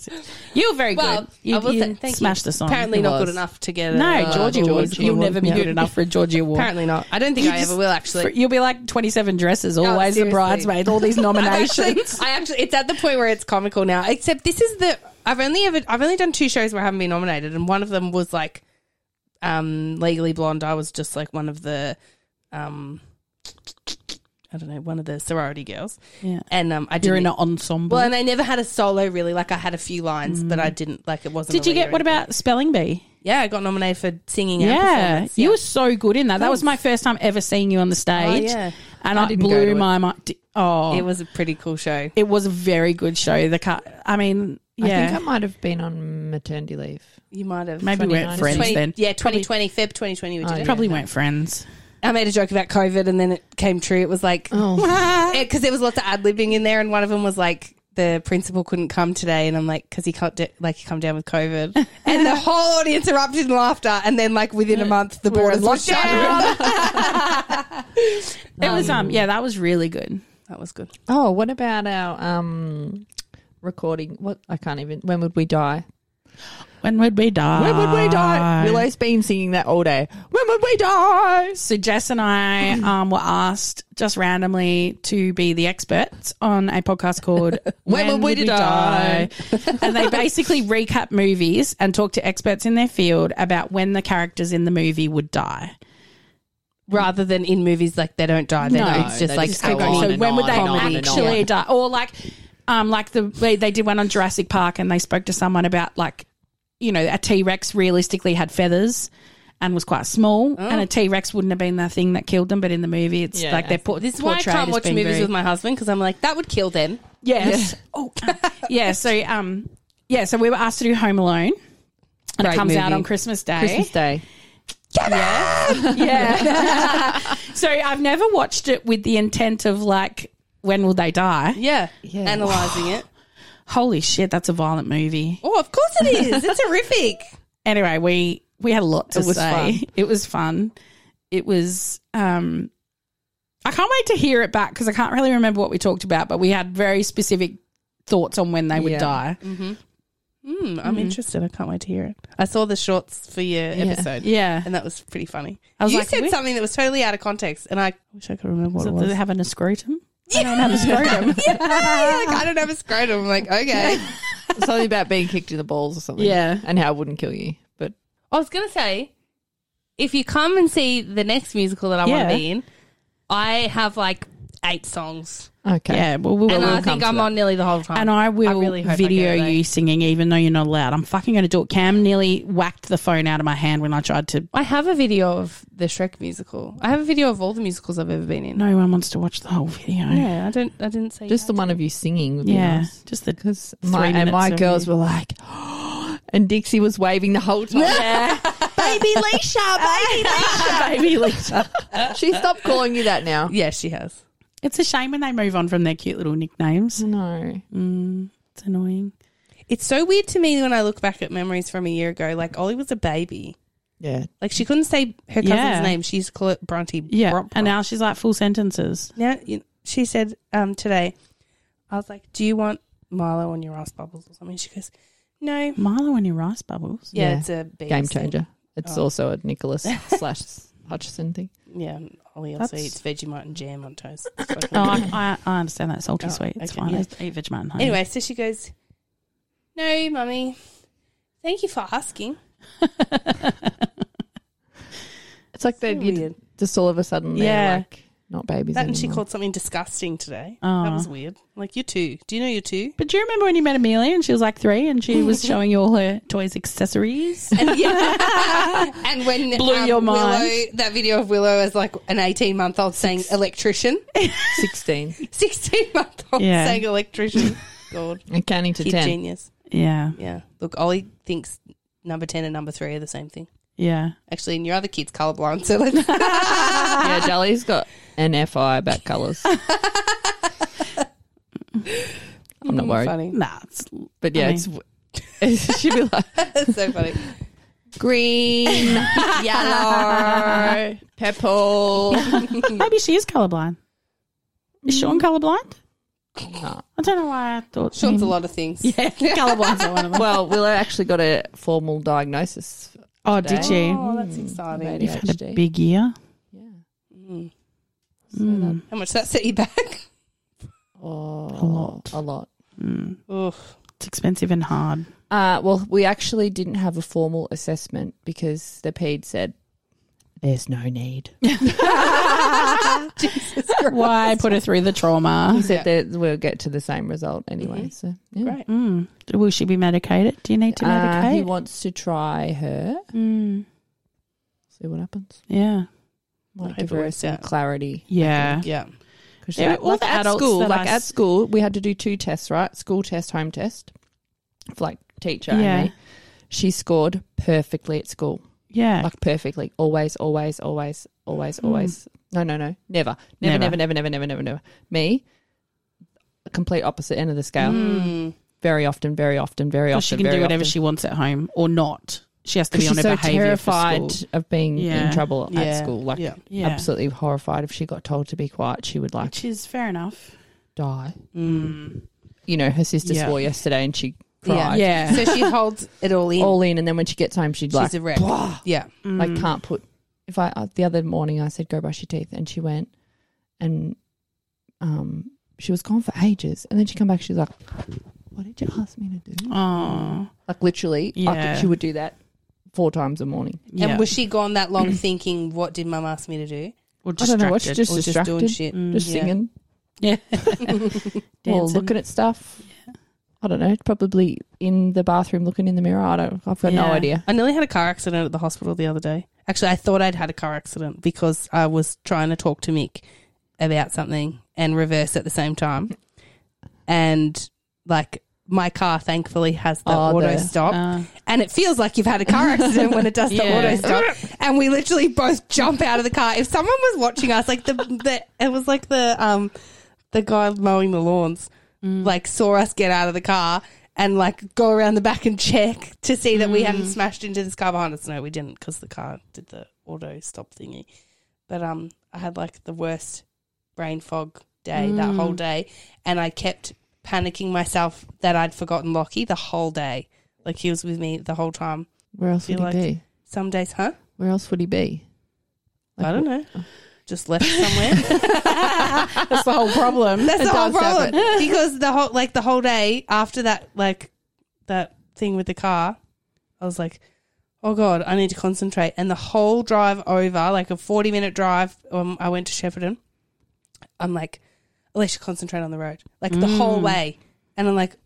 You were very Well, good. You, I will you say, thank you. smashed the song. Apparently not was. good enough to get a no, uh, Oh, Georgie award. Award. You'll never be good enough for a Georgie Award. Apparently not. I don't think I ever will. For- Actually, Oh, You'll be like twenty-seven dresses, always the seriously. bridesmaid, all these actually, nominations. I actually, it's at the point where it's comical now. Except this is the I've only ever I've only done two shows where I haven't been nominated, and one of them was like, um, Legally Blonde. I was just like one of the, um, I don't know, one of the sorority girls, yeah. and um, I didn't. You're in an ensemble. well, and I never had a solo really. Like I had a few lines, but I didn't like it wasn't. Mm. Did a you lead get or what anything. about spelling bee? Yeah, I got nominated for singing. and Yeah, performance. Oh, you were so good in that. That was my first time ever seeing you on the stage. yeah. and I, didn't go to blew it. my mind. Di- Oh, It was a pretty cool show. it was a very good show. The car. I mean, yeah, I think I might have been on maternity leave. You might have maybe we 29. weren't friends 20 then. Yeah, twenty twenty Feb twenty twenty. We did it. Probably weren't friends. I made a joke about COVID and then it came true. It was like, Oh. because there was lots of ad libbing in there, and one of them was like, the principal couldn't come today, and I'm like, because he can't, do like, he come down with COVID, and the whole audience erupted in laughter, and then like within a month, the borders were lockdown. shut. It was um yeah, that was really good. That was good. Oh, what about our um recording? What I can't even. When would we die? Ah. When would we die? When would we die? Willow's been singing that all day. When would we die? So Jess and I um, were asked just randomly to be the experts on a podcast called When Would We Die? and they basically recap movies and talk to experts in their field about when the characters in the movie would die. Rather than in movies, like they don't die, they No, don't. It's just they like just So go on agony. so and when would they on and on and actually die? Or like, um, like the they they did one on Jurassic Park and they spoke to someone about like, you know, a T Rex realistically had feathers and was quite small, and a T Rex wouldn't have been the thing that killed them, but in the movie, it's Oh. Yeah. like they're por- This is why I portrayed can't as watch being movies very- with my husband because I'm like, that would kill them. Yes. Oh, yeah. So um, yeah. So we were asked to do Home Alone, and Great it comes out movie. on Christmas Day. Christmas Day. Yeah. so I've never watched it with the intent of like, when will they die? Yeah, analyzing it. Holy shit, that's a violent movie. Oh, of course it is. It's horrific. anyway, we we had a lot to It was say. It was fun. It was. Um, I can't wait to hear it back because I can't really remember what we talked about, but we had very specific thoughts on when they would Yeah. die. Mm-hmm. Mm, I'm interested. I can't wait to hear it. I saw the shorts for your episode. Yeah, And that was pretty funny. I was you like, said we- something that was totally out of context, and I wish I could remember what it So they're was. having a scrotum. I don't have a scrotum. like, I don't have a scrotum. I'm like, okay. Something about being kicked in the balls or something. Yeah. And how it wouldn't kill you. But I was going to say, if you come and see the next musical that I want Yeah. to be in, I have like eight songs. okay. Yeah, well, we'll, and we'll I come think to I'm that. on nearly the whole time. And I will really hope I video go, though. you singing, even though you're not allowed. I'm fucking going to do it. Cam nearly whacked the phone out of my hand when I tried to. I have a video of the Shrek musical. I have a video of all the musicals I've ever been in. No one wants to watch the whole video. Yeah, Yeah, I don't. I didn't say Just the that. one of you singing would be nice. just the Because Three my and minutes my of girls you. were like, and Dixie was waving the whole time. baby Leisha, baby. baby Lisa. she stopped calling you that now. Yeah, she has. It's a shame when they move on from their cute little nicknames. No. It's annoying. It's so weird to me when I look back at memories from a year ago. Like Ollie was a baby. Yeah. Like she couldn't say her cousin's Yeah. name. She used to call it Bronte. Yeah, Brom- and now she's like full sentences. now you- she said um, today, I was like, "Do you want Milo on your rice bubbles or something?" She goes, "No." Milo and your rice bubbles. Yeah, Yeah. it's a baby Game thing. changer. It's Oh. also a Nicholas slash Hutchison thing. Yeah, and Ollie also That's- eats Vegemite and jam on toast. Oh, I, I, I understand that salty Oh, sweet. It's okay, fine. yeah. I eat Vegemite and honey. Anyway, so she goes, No, mummy, thank you for asking. It's like they you Weird. just all of a sudden Yeah. they're like not babies. That and she anymore. called something disgusting today. Aw. That was weird. Like, you're two. Do you know you're two? Oh. But do you remember when you met Amelia and she was like three and she was showing you all her toys, accessories? And, and when um, Blew your mind. Willow, that video of Willow as like an 18 month old saying electrician, 16 16 month old Yeah. saying electrician. God, and counting to kid 10. genius. Yeah, Yeah. Look, Ollie thinks number 10 and number 3 are the same thing. yeah. Actually, and your other kid's colorblind, so let's. Yeah, Jolly's got an FI about colours. I'm not worried. funny. Nah, it's, But yeah, I it's it's. She'd be like, That's so funny. green, yellow, purple. maybe she is colorblind. Is Sean colorblind? No. I don't know why I thought Sean's a him- lot of things. Yeah, colorblind's one of them. Well, Willow actually got a formal diagnosis. Oh, did Today. you? Oh, that's Mm, exciting. maybe. You've had a ADHD. big year. Yeah. Mm. So Mm. How much does that set you back? that, oh, A lot. A lot. Mm. Oof. It's expensive and hard. Uh, well, we actually didn't have a formal assessment because the PED said there's no need. Jesus Christ. Why put her through the trauma? He said that we'll get to the same result anyway. So yeah. Great. Mm. Will she be medicated? Do you need to Uh, he medicate? wants to try her. mm. See what happens. Yeah, Like hope give it her works some out. clarity. yeah. Yeah. 'Cause Yeah, like, all like the at adults school, that I like at s- school, we had to do two tests, right? School test, home test, for like teacher Yeah. only. She scored perfectly at school, Yeah. like perfectly, always, always, always, always, Mm. always. No, no, no, never, never, never, Never. never, never, never, never, never. Me, complete opposite end of the scale. Mm. Very often, very often, very So often. Hmm. she can very do whatever often. she wants at home or not. She has to be Because on her she's so behavior. terrified For school. of being Yeah. in trouble at Yeah. school. Like, yeah. Yeah. absolutely horrified if she got told to be quiet, she would like Which is fair enough. die. Mm. You know, her sister Yeah. swore yesterday and she Yeah. cried. Yeah. So she holds it all in. all in, and then when she gets home, she'd She's Mm. like, a wreck. "Bwah." Yeah. Mm. like can't put. If I uh, the other morning I said go brush your teeth, and she went, and um, she was gone for ages, and then she come back, she's like, "What did you ask me to do?" Oh. Like literally, I could- Yeah. she would do that four times a morning. Yeah. And was she gone that long thinking, what did mum ask me to do? or I don't know, what's distracted. just Or just distracted, doing just, shit? Mm. yeah. singing, Yeah. or Dancing. looking oh, at stuff. I don't know, probably in the bathroom looking in the mirror. I don't. I've got no Yeah. idea. I nearly had a car accident at the hospital the other day. Actually, I thought I'd had a car accident because I was trying to talk to Mick about something and reverse at the same time. And like my car thankfully has the Oh, auto the- stop. Ah. and it feels like you've had a car accident when it does the Yeah. auto stop. And we literally both jump out of the car. If someone was watching us, like the, the it was like the um the guy mowing the lawns, Mm. Mm. like saw us get out of the car and like go around the back and check to see that we hadn't smashed into this car behind us. No, we didn't because the car did the auto stop thingy. But um, I had like the worst brain fog day that whole day, and I kept panicking myself that I'd forgotten Lockie the whole day. Like he was with me the whole time. Where else Feel would he like- be? Some days, huh? Where else would he be? I don't know. just left somewhere. That's the whole problem. That's the whole does problem. happen. Because the whole like the whole day after that like that thing with the car, I was like, oh god, I need to concentrate. And the whole drive over, like a forty minute drive, um, I went to Shepparton. I'm like, Alicia, concentrate on the road, like the whole Mm. way. And I'm like,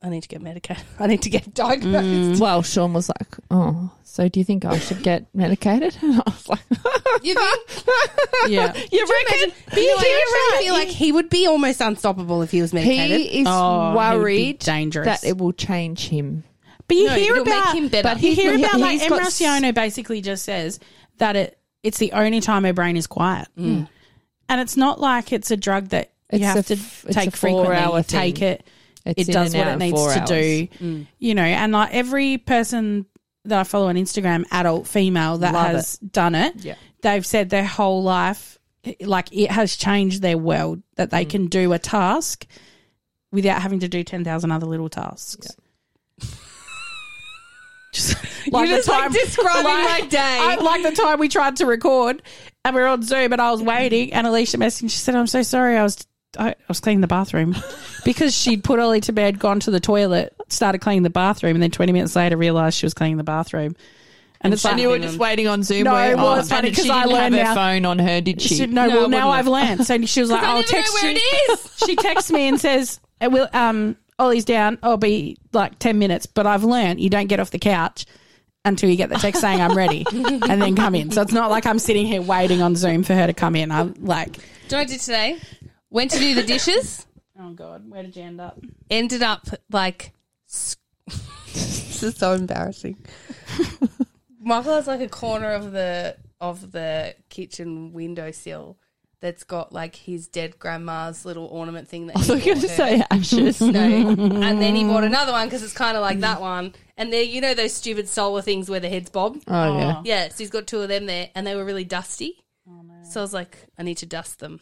I need to get medicated. I need to get diagnosed. Well, Sean was like, "Oh, so do you think I should get medicated?" And I was like, You think? yeah. "You Imagine, reckon?" do you do you actually reckon- feel like he would be almost unstoppable if he was medicated? He is Oh, he would be worried dangerous. that it will change him. But you No, hear it'll make about him better. But you He's hear not- about he- like he's got Emraciano basically just says that it it's the only time her brain is quiet, Mm. and it's not like it's a drug that you Mm. It's have a to f- it's take a four-hour frequently. You thing. take it, It's it in does and what out it in needs four to hours. do, Mm. you know. And like every person that I follow on Instagram, adult female that Love has done it, Yeah. they've said their whole life, like it has changed their world that Mm. they can do a task without having to do ten thousand other little tasks. like You're the just, like, time describing like- my day. I- like the time we tried to record and we were on Zoom and I was waiting and Alicia messaged and she said, "I'm so sorry, I was I, I was cleaning the bathroom because she'd put Ollie to bed, gone to the toilet, started cleaning the bathroom, and then 20 minutes later realized she was cleaning the bathroom." And, it's And like you were just waiting on Zoom. No, where, well, it's funny and 'cause she I didn't have learned her now- phone on her, did she? she, No, I no, well, now wouldn't I've learned. So she was like, I "I'll don't even know text where you." it is. She texts me and says, "It will." Um, Ollie's down. I'll be like ten minutes, but I've learned you don't get off the couch until you get the text saying I'm ready, and then come in. So it's not like I'm sitting here waiting on Zoom for her to come in. I'm like, Do you know what I did today? Went to do the dishes. oh god, where did you end up? ended up like. this is so embarrassing. Michael has like a corner of the of the kitchen windowsill that's got like his dead grandma's little ornament thing that I he was going bought to her. say ashes. No. and then he bought another one because it's kind of like that one. And they're you know those stupid solar things where the heads bob. Oh yeah. Yeah, so he's got two of them there, and they were really dusty. So I was like, I need to dust them.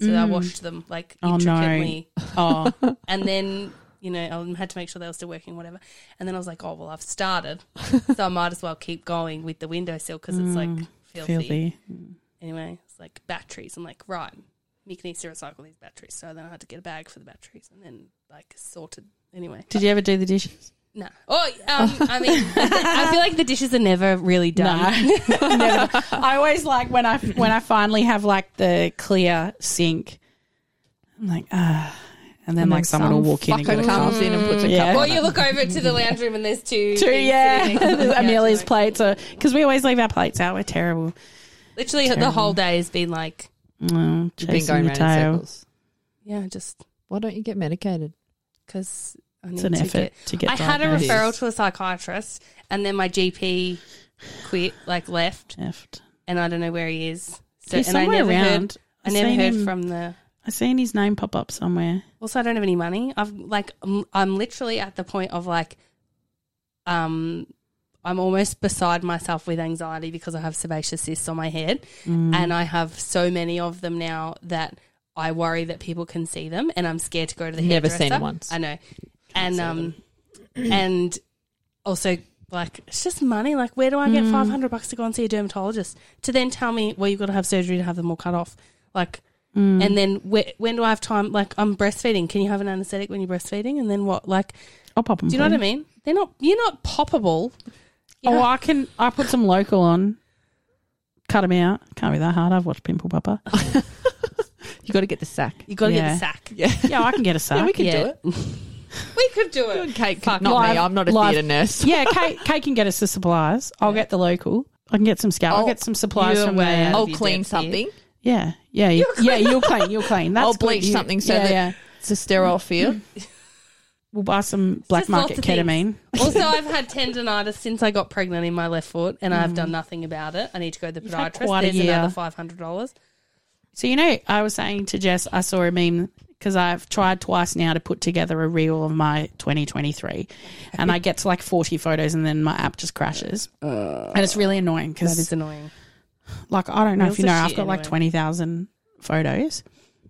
So I washed them like Oh, no. intricately. Oh, And then, you know, I had to make sure they were still working, whatever. And then I was like, oh, well, I've started. so I might as well keep going with the windowsill because it's like filthy. filthy. Anyway, it's like batteries. I'm like, right, Mick needs to recycle these batteries. So then I had to get a bag for the batteries and then like sorted. Anyway, Did you ever do the dishes? no. Oh, um, I mean, I feel like the dishes are never really done. No, never. I always like when I when I finally have like the clear sink. I'm like, ah, and then like someone will walk in and go, fucker comes in and puts a Yeah. cup Or on you it. look over to the lounge room and there's two. True, things sitting next to the yeah. couch. Amelia's plates are because we always leave our plates out. We're terrible. Literally, the whole day has been like, Mm, You've been chasing going your round in tail. circles. yeah, just Why don't you get medicated? because I need It's an to effort get- to get. I had a diagnosed. referral to a psychiatrist, and then my GP quit, like left, Effed. and I don't know where he is. So, He's and I somewhere never around. heard. I I've never seen heard him. from the. I seen his name pop up somewhere. Also, I don't have any money. I've like, I'm, I'm literally at the point of like, um, I'm almost beside myself with anxiety because I have sebaceous cysts on my head, Mm. and I have so many of them now that I worry that people can see them, and I'm scared to go to the Never hairdresser. seen once. I know, and um, and also like it's just money. Like, where do I Mm. get five hundred bucks to go and see a dermatologist to then tell me, well, you've got to have surgery to have them all cut off, like. Mm-hmm. Mm. And then wh- when do I have time? Like I'm breastfeeding. Can you have an anesthetic when you're breastfeeding? And then what? Like, I'll pop him. do you know what I mean? They're not. You're not poppable. Oh, I can. I put some local on. Cut him out. Can't be that hard. I've watched Pimple Papa. You got to get the sack. You got to get Yeah. the sack. Yeah, I can get a sack. we can Yeah. do it. We could do it. Kate, Fuck. not me. Live- I'm not a live- theatre nurse. yeah, Kate, Kate can get us the supplies. I'll get the local. I can get some scalp. I'll Oh, get some supplies you're from way there. out. I'll If you clean did see it. something. Yeah, yeah, you yeah. You'll clean. You'll clean. That's I'll good. bleach You- something so yeah, that yeah. it's a sterile field. We'll buy some black Just lots market of things. ketamine. also, I've had tendonitis since I got pregnant in my left foot, and I've done nothing about it. I need to go to the Mm. You've had podiatrist. quite a There's year. another five hundred dollars. So you know, I was saying to Jess, I saw a meme because I've tried twice now to put together a reel of my 2023, and I get to like 40 photos, and then my app just crashes, Uh, and it's really annoying That is because annoying. like I don't know if Reels you are know, I've shit got like anyway. 20,000 photos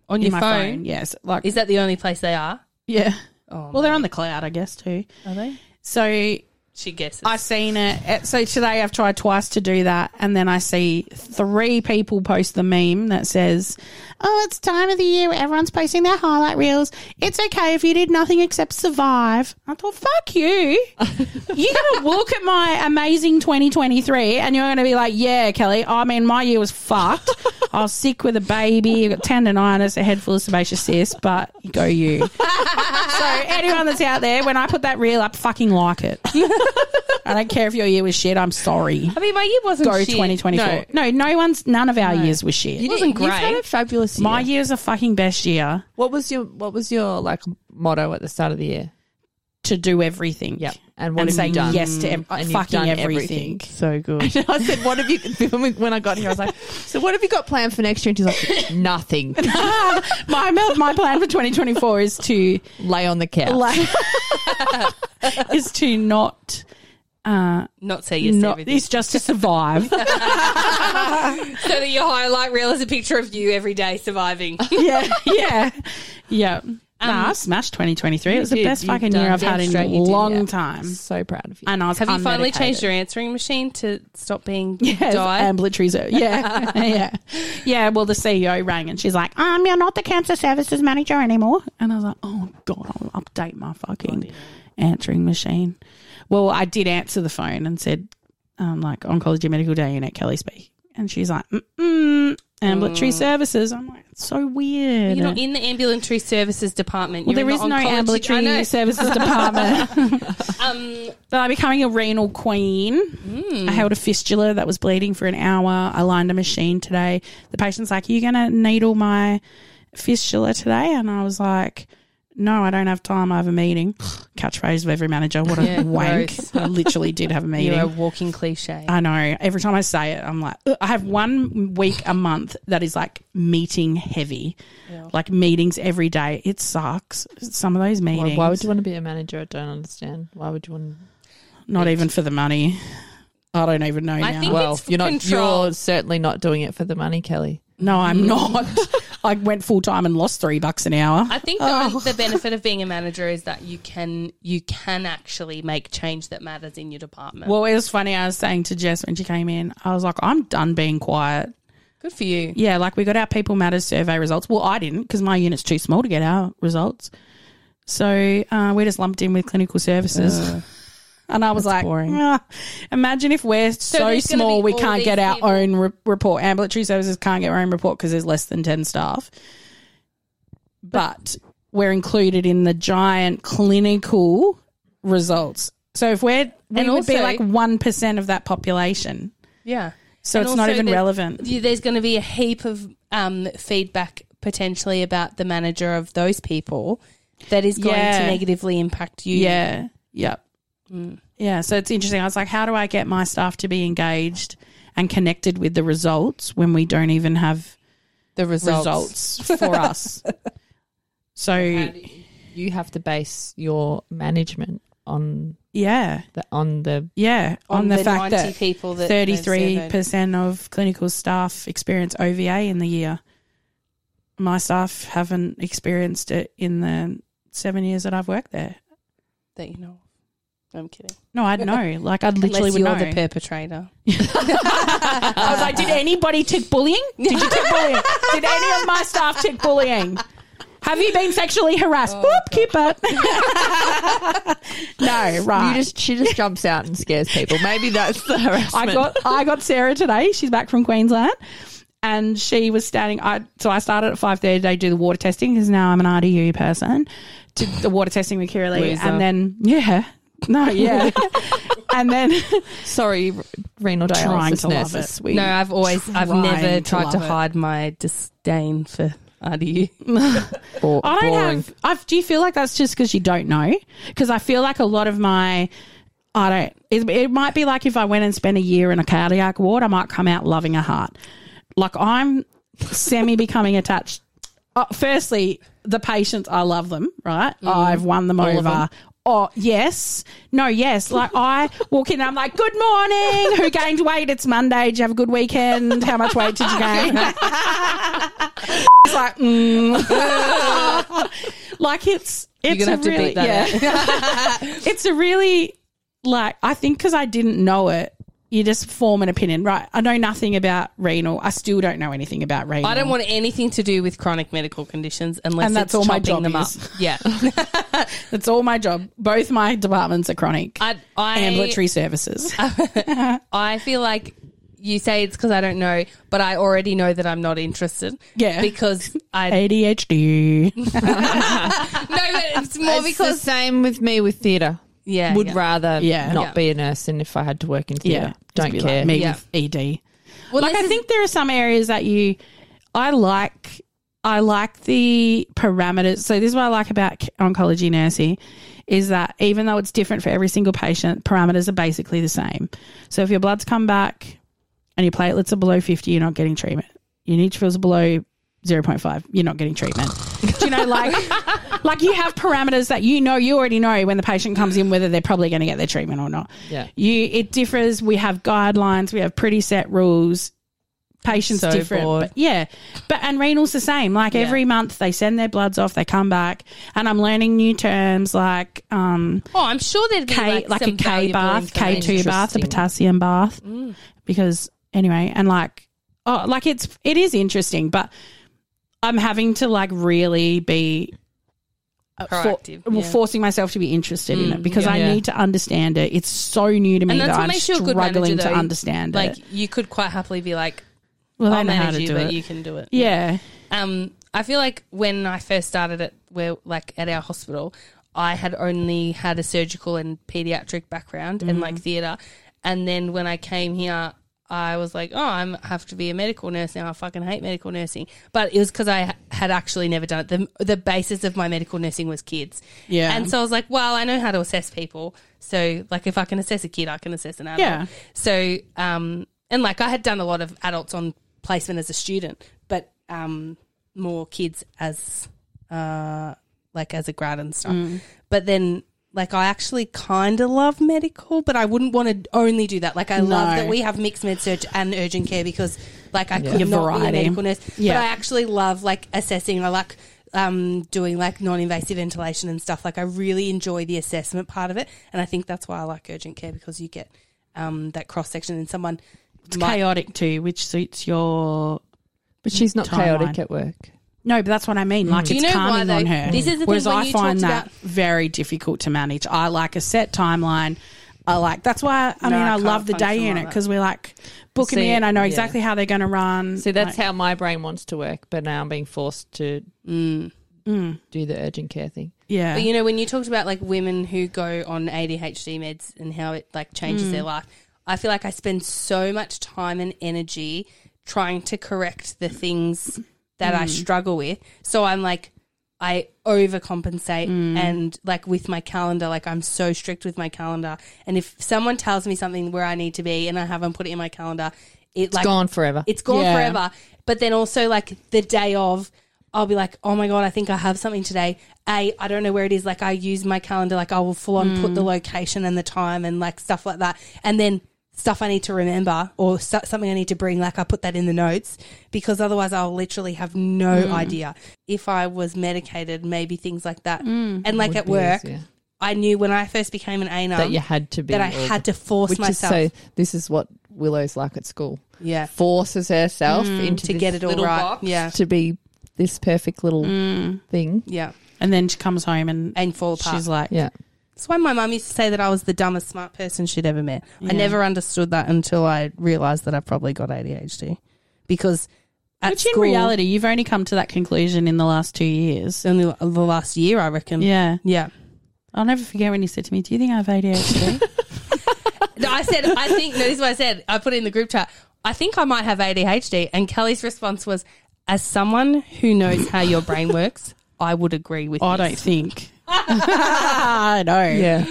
On in your my phone, phone. Yes, like is that the only place they are? yeah. Oh, Well, they're on the cloud, I guess too. are they? So She guesses. I've seen it. Uh, So today I've tried twice to do that, and then I see three people post the meme that says, "Oh, it's time of the year where everyone's posting their highlight reels. It's okay if you did nothing except survive." I thought, "Fuck you! You're gonna look at my amazing 2023, and you're gonna be like, yeah, Kelly. I mean, my year was fucked. I was sick with a baby. I got tendonitis, a head full of sebaceous cysts, but go you." So anyone that's out there, when I put that reel up, fucking like it. I don't care if your year was shit. I'm sorry. I mean, my year wasn't Go shit. 2024. No. no, one's. None of our years were shit. It wasn't You've had a great. fabulous year. My year's a fucking best year what was your What was your like motto at the start of the year? to do everything. Yep. And what and have saying you done? yes to ev- And you've fucking done everything. So good. I said, "What have you?" When, we, when I got here, I was like, "So what have you got planned for next year?" And she's like, "Nothing. my my plan for 2024 is to Lay on the couch." like is to not Not say yes to not everything. is just to survive. So that your highlight reel is a picture of you every day surviving. yeah, yeah, yeah. nah, I smashed 2023. It was the Um, did. best You've fucking year done I've had in damn a straight you did, long yeah. time. I'm so proud of you. And I was Have you finally unmedicated. changed your answering machine to stop being Yes, died? ambulatories. are- Yeah, yeah, yeah. Well, the CEO rang and she's like, "Um, you're not the cancer services manager anymore." And I was like, "Oh god, I'll update my fucking answering machine." Well, I did answer the phone and said, um, "Like oncology medical day unit, Kelly speak." And she's like, "Mm, ambulatory services." I'm like, "It's so weird." You're not in the ambulatory services department. well, You're there in is the no oncology- I know. ambulatory services department. Um, But I'm becoming a renal queen. I held a fistula that was bleeding for an hour. I lined a machine today. The patient's like, Are you going to needle my fistula today? And I was like, No, I don't have time. I have a meeting. Catchphrase of every manager. What a wank. gross. I literally did have a you're a meeting. walking cliche. I know. Every time I say it, I'm like, "Ugh." I have one week a month that is like meeting heavy, like meetings every day. It sucks. Some of those why, meetings, why would you want to be a manager? I don't understand. Why would you want? not even for the money. I don't even know. I now. think Well, it's you're not. control. You're certainly not doing it for the money, Kelly. No, I'm not. I went full time and lost three bucks an hour. I think the, Oh. the benefit of being a manager is that you can you can actually make change that matters in your department. Well, it was funny. I was saying to Jess when she came in, I was like, I'm done being quiet. good for you. Yeah, like we got our People Matters survey results. Well, I didn't because my unit's too small to get our results. So uh, we're just lumped in with clinical services. and I was like, boring. "Ah, imagine if we're so, there's gonna small be we all can't these get our people- own re- report. Ambulatory services can't get our own report because there's less than 10 staff. But we're included in the giant clinical results. So if we're, we And would be also- like 1% of that population. Yeah. So And it's not also even there- relevant. y- There's going to be a heap of um, feedback potentially about the manager of those people that is going Yeah. to negatively impact you. Mm. Yeah. Yep. Yeah. So it's interesting. I was like, how do I get my staff to be engaged and connected with the results when we don't even have the results. results, for us? So You have to base your management on yeah, the on the yeah. On, the, fact that people that they've thirty-three surveyed. percent of clinical staff experience OVA in the year. My staff haven't experienced it in the seven years that I've worked there. that you know. I'm kidding. No, I'd know. Like I'd literally Unless would you're know. the perpetrator. I was like, did anybody tick bullying? Did you tick bullying? did any of my staff tick bullying? Have you been sexually harassed? Oh, Whoop, keep it. no, right. You just she just jumps out and scares people. Maybe that's the harassment. I got I got Sarah today. She's back from Queensland, and she was standing. I so I started at five thirty today to do the water testing because now I'm an RDU person. Did the water testing with Kira Lee, Loser. and then yeah, no, yeah, and then sorry, renal dialysis trying to love nurses. it. We- No, I've always, I've Trying never to tried to, love it. hide my disdain for RDU. Bo- I don't boring. have. I've, do you feel like that's just because you don't know? Because I feel like a lot of my, I don't. It, it might be like if I went and spent a year in a cardiac ward, I might come out loving a heart. Like I'm semi becoming attached. Uh, firstly, the patients, I love them. Right, I've won them over. Oh yes, no yes. Like I walk in, and I'm like, "Good morning. Who gained weight? It's Monday. Did you have a good weekend? How much weight did you gain?" it's like, mm. like it's it's gonna a have to really beat that yeah. it's a really like I think because I didn't know it, you just form an opinion, right? I know nothing about renal. I still don't know anything about renal. I don't want anything to do with chronic medical conditions unless And that's it's all my chopping job them is. up. Yeah, It's all my job. Both my departments are chronic I, I and literary services. I feel like you say it's because I don't know, but I already know that I'm not interested. Yeah. because I ADHD. no, but it's more It's because the same with me with theatre. yeah, Would yeah. rather Yeah. not Yeah. be a nurse than if I had to work in theatre. Yeah, Don't Just be care. Like me Yeah. with E ED. Well, like this I is- think there are some areas that you, I like. I like the parameters. So this is what I like about oncology nursing is that even though it's different for every single patient, parameters are basically the same. So if your blood's come back and your platelets are below 50, you're not getting treatment. Your neutrophils are below 0.5, you're not getting treatment. Do you know, like, like you have parameters that you know, you already know when the patient comes in whether they're probably going to get their treatment or not. Yeah. You, it differs. We have guidelines, we have pretty set rules. Patients So different, bored. but yeah. But and renal's the same. Like every month, they send their bloods off, they come back, and I'm learning new terms like um, oh, I'm sure there'd be K, like, like, some a K valuable bath, K two information. Mm. bath, a potassium bath, because anyway, and like, oh, like it's it is interesting, but I'm having to like really be uh, for- Proactive, well, yeah. Mm, forcing myself to be interested in it because I yeah. need to understand it. It's so new to me And that that's what I'm makes you a good struggling manager, to though. understand Like it. you could quite happily be like, Well, I I'll know how manage to you, do but it. you can do it. yeah, Um, I feel like when I first started at where like at our hospital, I had only had a surgical and pediatric background and like theatre, and then when I came here, I was like, oh, I'm have to be a medical nurse now. I fucking hate medical nursing, but it was because I ha- had actually never done it. the The basis of my medical nursing was kids, Yeah. and so I was like, well, I know how to assess people, so like if I can assess a kid, I can assess an adult. Yeah. So, um, and like I had done a lot of adults on placement as a student, but um, more kids as uh, like as a grad and stuff. But then, like, I actually kind of love medical, but I wouldn't want to only do that. Like, I love No. that we have mixed med surge and urgent care because, like, I could not Your be a variety. medical nurse, Yeah. but I actually love like assessing. I like. Um, doing like non-invasive ventilation and stuff like I really enjoy the assessment part of it, and I think that's why I like urgent care because you get um, that cross section and someone it's chaotic too, which suits your. But she's not chaotic Timeline. at work. No, but that's what I mean. Like Do you it's know why, calming though? on her. This is the thing Whereas when I you find talked that about- very difficult to manage. I like a set timeline. I like that's why I No, mean I I, can't love the day function like unit that. because we're like book 'em See, in. I know yeah. exactly how they're going to run. See, that's Like, how my brain wants to work, but now I'm being forced to Mm. do the urgent care thing. yeah. But you know, when you talked about like women who go on ADHD meds and how it like changes their life, I feel like I spend so much time and energy trying to correct the things that I struggle with. So I'm like, I overcompensate and like with my calendar, like I'm so strict with my calendar. And if someone tells me something where I need to be and I haven't put it in my calendar, it It's like gone forever. it's gone Yeah. forever. But then also like the day of, I'll be like, oh my god, I think I have something today. A, I don't know where it is. Like I use my calendar. Like I will full on put the Mm. location and the time and like stuff like that. And then stuff I need to remember or stu something I need to bring. Like I put that in the notes because otherwise I'll literally have no Mm. idea. If I was medicated, maybe things like that. And like at Mm. be work, easier. I knew when I first became an ANA that you had to be. that I all had the- to force which myself. Is so this is what Willow's like at school. yeah. Mm, Forces herself into To this get it all little right. box Yeah. Mm. to be this perfect little thing. Yeah. and then she comes home and, And fall apart. she's like, Yeah, That's why my mum used to say that I was the dumbest smart person she'd ever met. I never understood that until I realized that I've probably got ADHD because at which school, in reality you've only come to that conclusion in the last two years. it's only the last year I reckon. Yeah, yeah. I'll never forget when you said to me, "Do you think I have ADHD?" No, I said I think no, this is what I said. I put it in the group chat. I think I might have ADHD, and Kelly's response was, "As someone who knows how your brain works, I would agree with." I you." don't think. I know. yeah.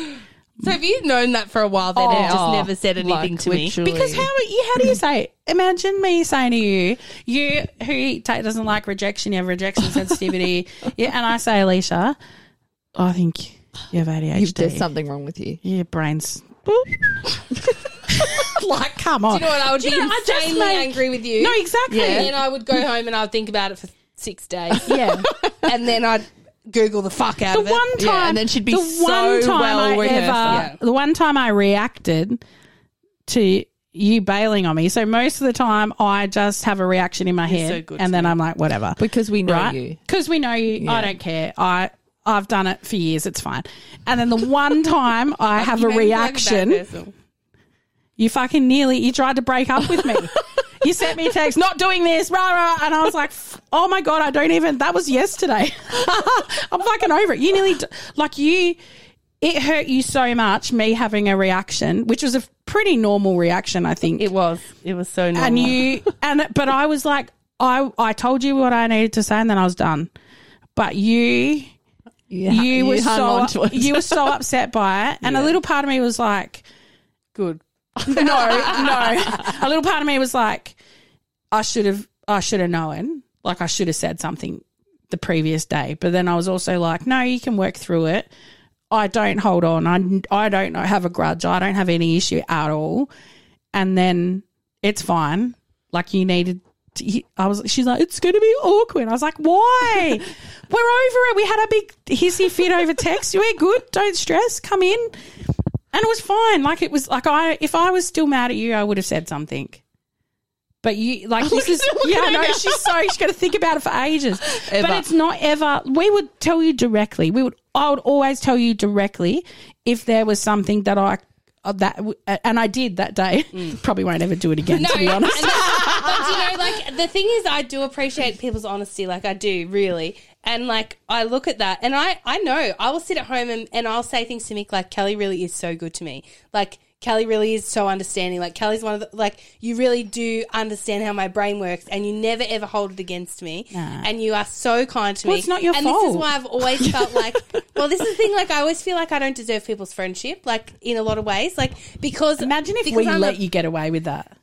So have you known that for a while? Then and just Oh, never said anything like, to me. literally. Because how you how do you say? it? Imagine me saying to you, you who ta doesn't like rejection, you have rejection sensitivity, yeah, and I say, Alicia, I think you have You've- ADHD. there's something wrong with you. Your brain's like, come on. You know what? I would Do be you know, I just insanely make- angry with you. No, exactly. And then I would go home and I'd think about it for six days. Yeah. and then I'd Google the fuck out The of it. one time, Yeah, and then she'd be the so one time well I rehearsed. ever, Yeah. the one time I reacted to you bailing on me. So most of the time, I just have a reaction in my head, so good and to then me. I'm like, whatever, because we know right? you. Because we know you. I don't care. I I've done it for years. It's fine. And then the one time I have a reaction, you fucking nearly you tried to break up with me. you sent me a text, not doing this, rah rah, and I was like, "F- oh my god, I don't even. That was yesterday. I'm fucking over it. You nearly d- like you. It hurt you so much. Me having a reaction, which was a pretty normal reaction, I think. It was. It was so normal. and you and but I was like, I I told you what I needed to say, and then I was done. But you Yeah, you, were hung on to so it. you were so upset by it, and a little part of me was like, good. no, no. A little part of me was like, I should have, I should have known. Like I should have said something the previous day. But then I was also like, no, you can work through it. I don't hold on. I, I don't know, have a grudge. I don't have any issue at all. And then it's fine. Like you needed. To, I was. She's like, it's going to be awkward. I was like, why? We're over it. We had a big hissy fit over text. We're good. Don't stress. Come in. And it was fine. Like it was like I if I was still mad at you, I would have said something. But you like this is yeah, I know she's so she's gotta think about it for ages. But Ever. it's not ever we would tell you directly. We would I would always tell you directly if there was something that I uh, that w- and I did that day. Probably won't ever do it again to be honest. and that's- but you know, like the thing is, I do appreciate people's honesty. Like I do really, and like I look at that, and I I know I will sit at home and, and I'll say things to Mick like Kelly really is so good to me. Like Kelly really is so understanding. Like Kelly's one of the like you really do understand how my brain works, and you never ever hold it against me, and you are so kind to me. Well, it's not your and This fault. is why I've always felt like. Well, this is the thing. Like I always feel like I don't deserve people's friendship. Like in a lot of ways, like because Imagine if because we I'm let a- you get away with that.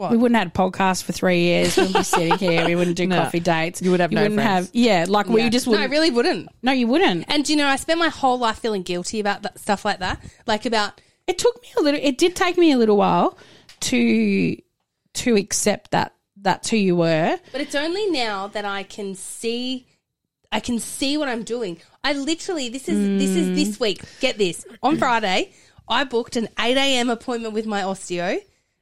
We wouldn't have had a podcast for three years. We wouldn't be sitting here. We wouldn't do coffee dates. You would have no wouldn't friends. have- yeah, like we just No, I wouldn't. really wouldn't. no, you wouldn't. And do you know, I spent my whole life feeling guilty about that, stuff like that. Like about it took me a little it did take me a little while to to accept that that's who you were but it's only now that I can see I can see what I'm doing. I literally this is this is this week. Get this. On Friday, I booked an eight AM appointment with my osteo,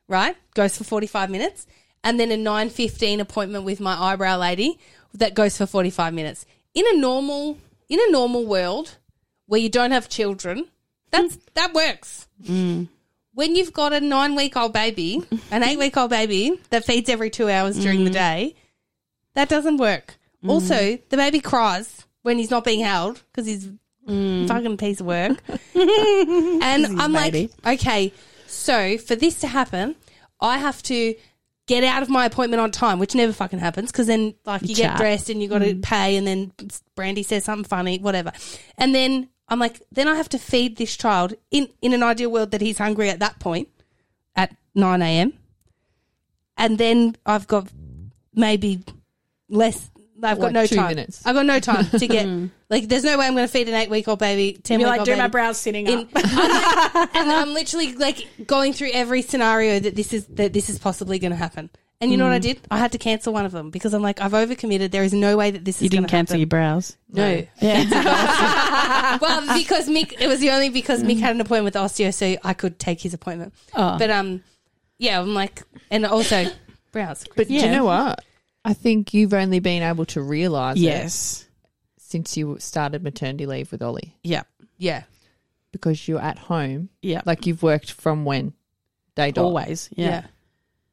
right? Goes for forty five minutes. And then a nine fifteen appointment with my eyebrow lady that goes for forty five minutes. In a normal in a normal world where you don't have children, that's that works. when you've got a nine week old baby, an eight week old baby that feeds every two hours during the day, that doesn't work. Also, the baby cries when he's not being held because he's a fucking piece of work. and I'm like, okay, so for this to happen, I have to get out of my appointment on time, which never fucking happens because then, like, you get Chat. dressed and you got to Mm. pay, and then Brandy says something funny, whatever. And then I'm like, then I have to feed this child in, in an ideal world that he's hungry at that point at 9 a.m. And then I've got maybe less. I've got Like no two time. minutes. I've got no time to get like. There's no way I'm going to feed an eight week old baby. Ten be week like old do baby. my brows sitting In- up I'm like- and I'm literally like going through every scenario that this is that this is possibly going to happen. And you know what I did? I had to cancel one of them because I'm like, I've overcommitted. There is no way that this is. gonna happen. brows no, well, because Mick, it was the only because Mick had an appointment with the osteo, so I could take his appointment. But um, yeah, I'm like, and also brows. but do Yeah. you know what? I think you've only been able to realise it yes since you started maternity leave with Ollie yep yeah, because you're at home. Yeah. like you've worked from when day dot. always yeah, Yeah.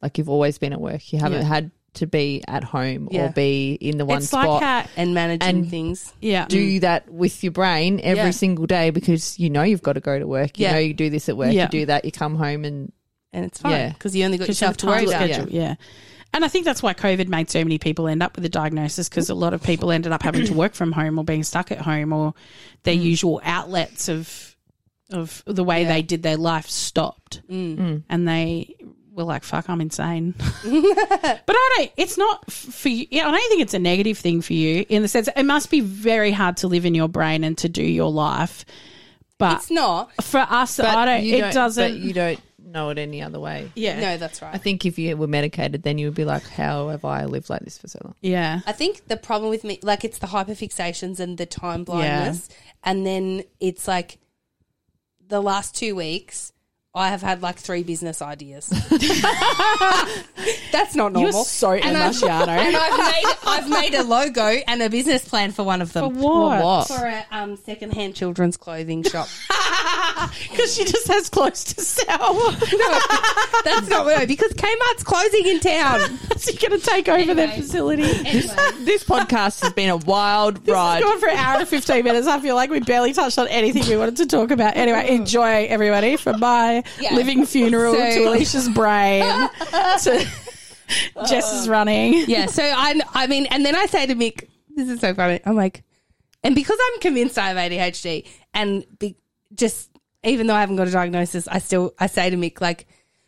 Like you've always been at work. You haven't Yeah. had to be at home or Yeah. be in the one it's spot. like how and managing And- things. yeah do that with your brain every Yeah. single day because you know you've got to go to work. You Yeah. know you do this at work. Yeah. You do that. You come home and And it's Yeah. fine because you only got Because you yourself have to worry time about. schedule, yeah. And I think that's why COVID made so many people end up with a diagnosis because a lot of people ended up having to work from home or being stuck at home or their Mm. usual outlets of of the way they did their life stopped. Mm. And they were like, fuck, I'm insane. but I don't, it's not f- for you. Yeah, I don't think it's a negative thing for you in the sense it must be very hard to live in your brain and to do your life. But It's not. for us, I don't, it you don't- doesn't. But you don't know it any other way. Yeah. No, that's right. I think if you were medicated, then you would be like, how have I lived like this for so long? Yeah. I think the problem with me, like, it's the hyperfixations and the time blindness. And then it's like the last two weeks, I have had like three business ideas. That's not normal. so and I've, and I've made I've made a logo and a business plan for one of them. What? For a um, secondhand children's clothing shop. Because she just has clothes to sell. That's not no, because Kmart's closing in town. She's going to take over their Anyway. facility. This podcast has been a wild Right. ride. Gone for an hour and 15 minutes. I feel like we barely touched on anything we wanted to talk about. Anyway, enjoy everybody from my Yeah. living funeral to So- Alicia's brain to Jess is running. yeah. So I I mean, and then I say to Mick, this is so funny. I'm like, and because I'm convinced I have ADHD, and be, just even though I haven't got a diagnosis, I still I say to Mick like.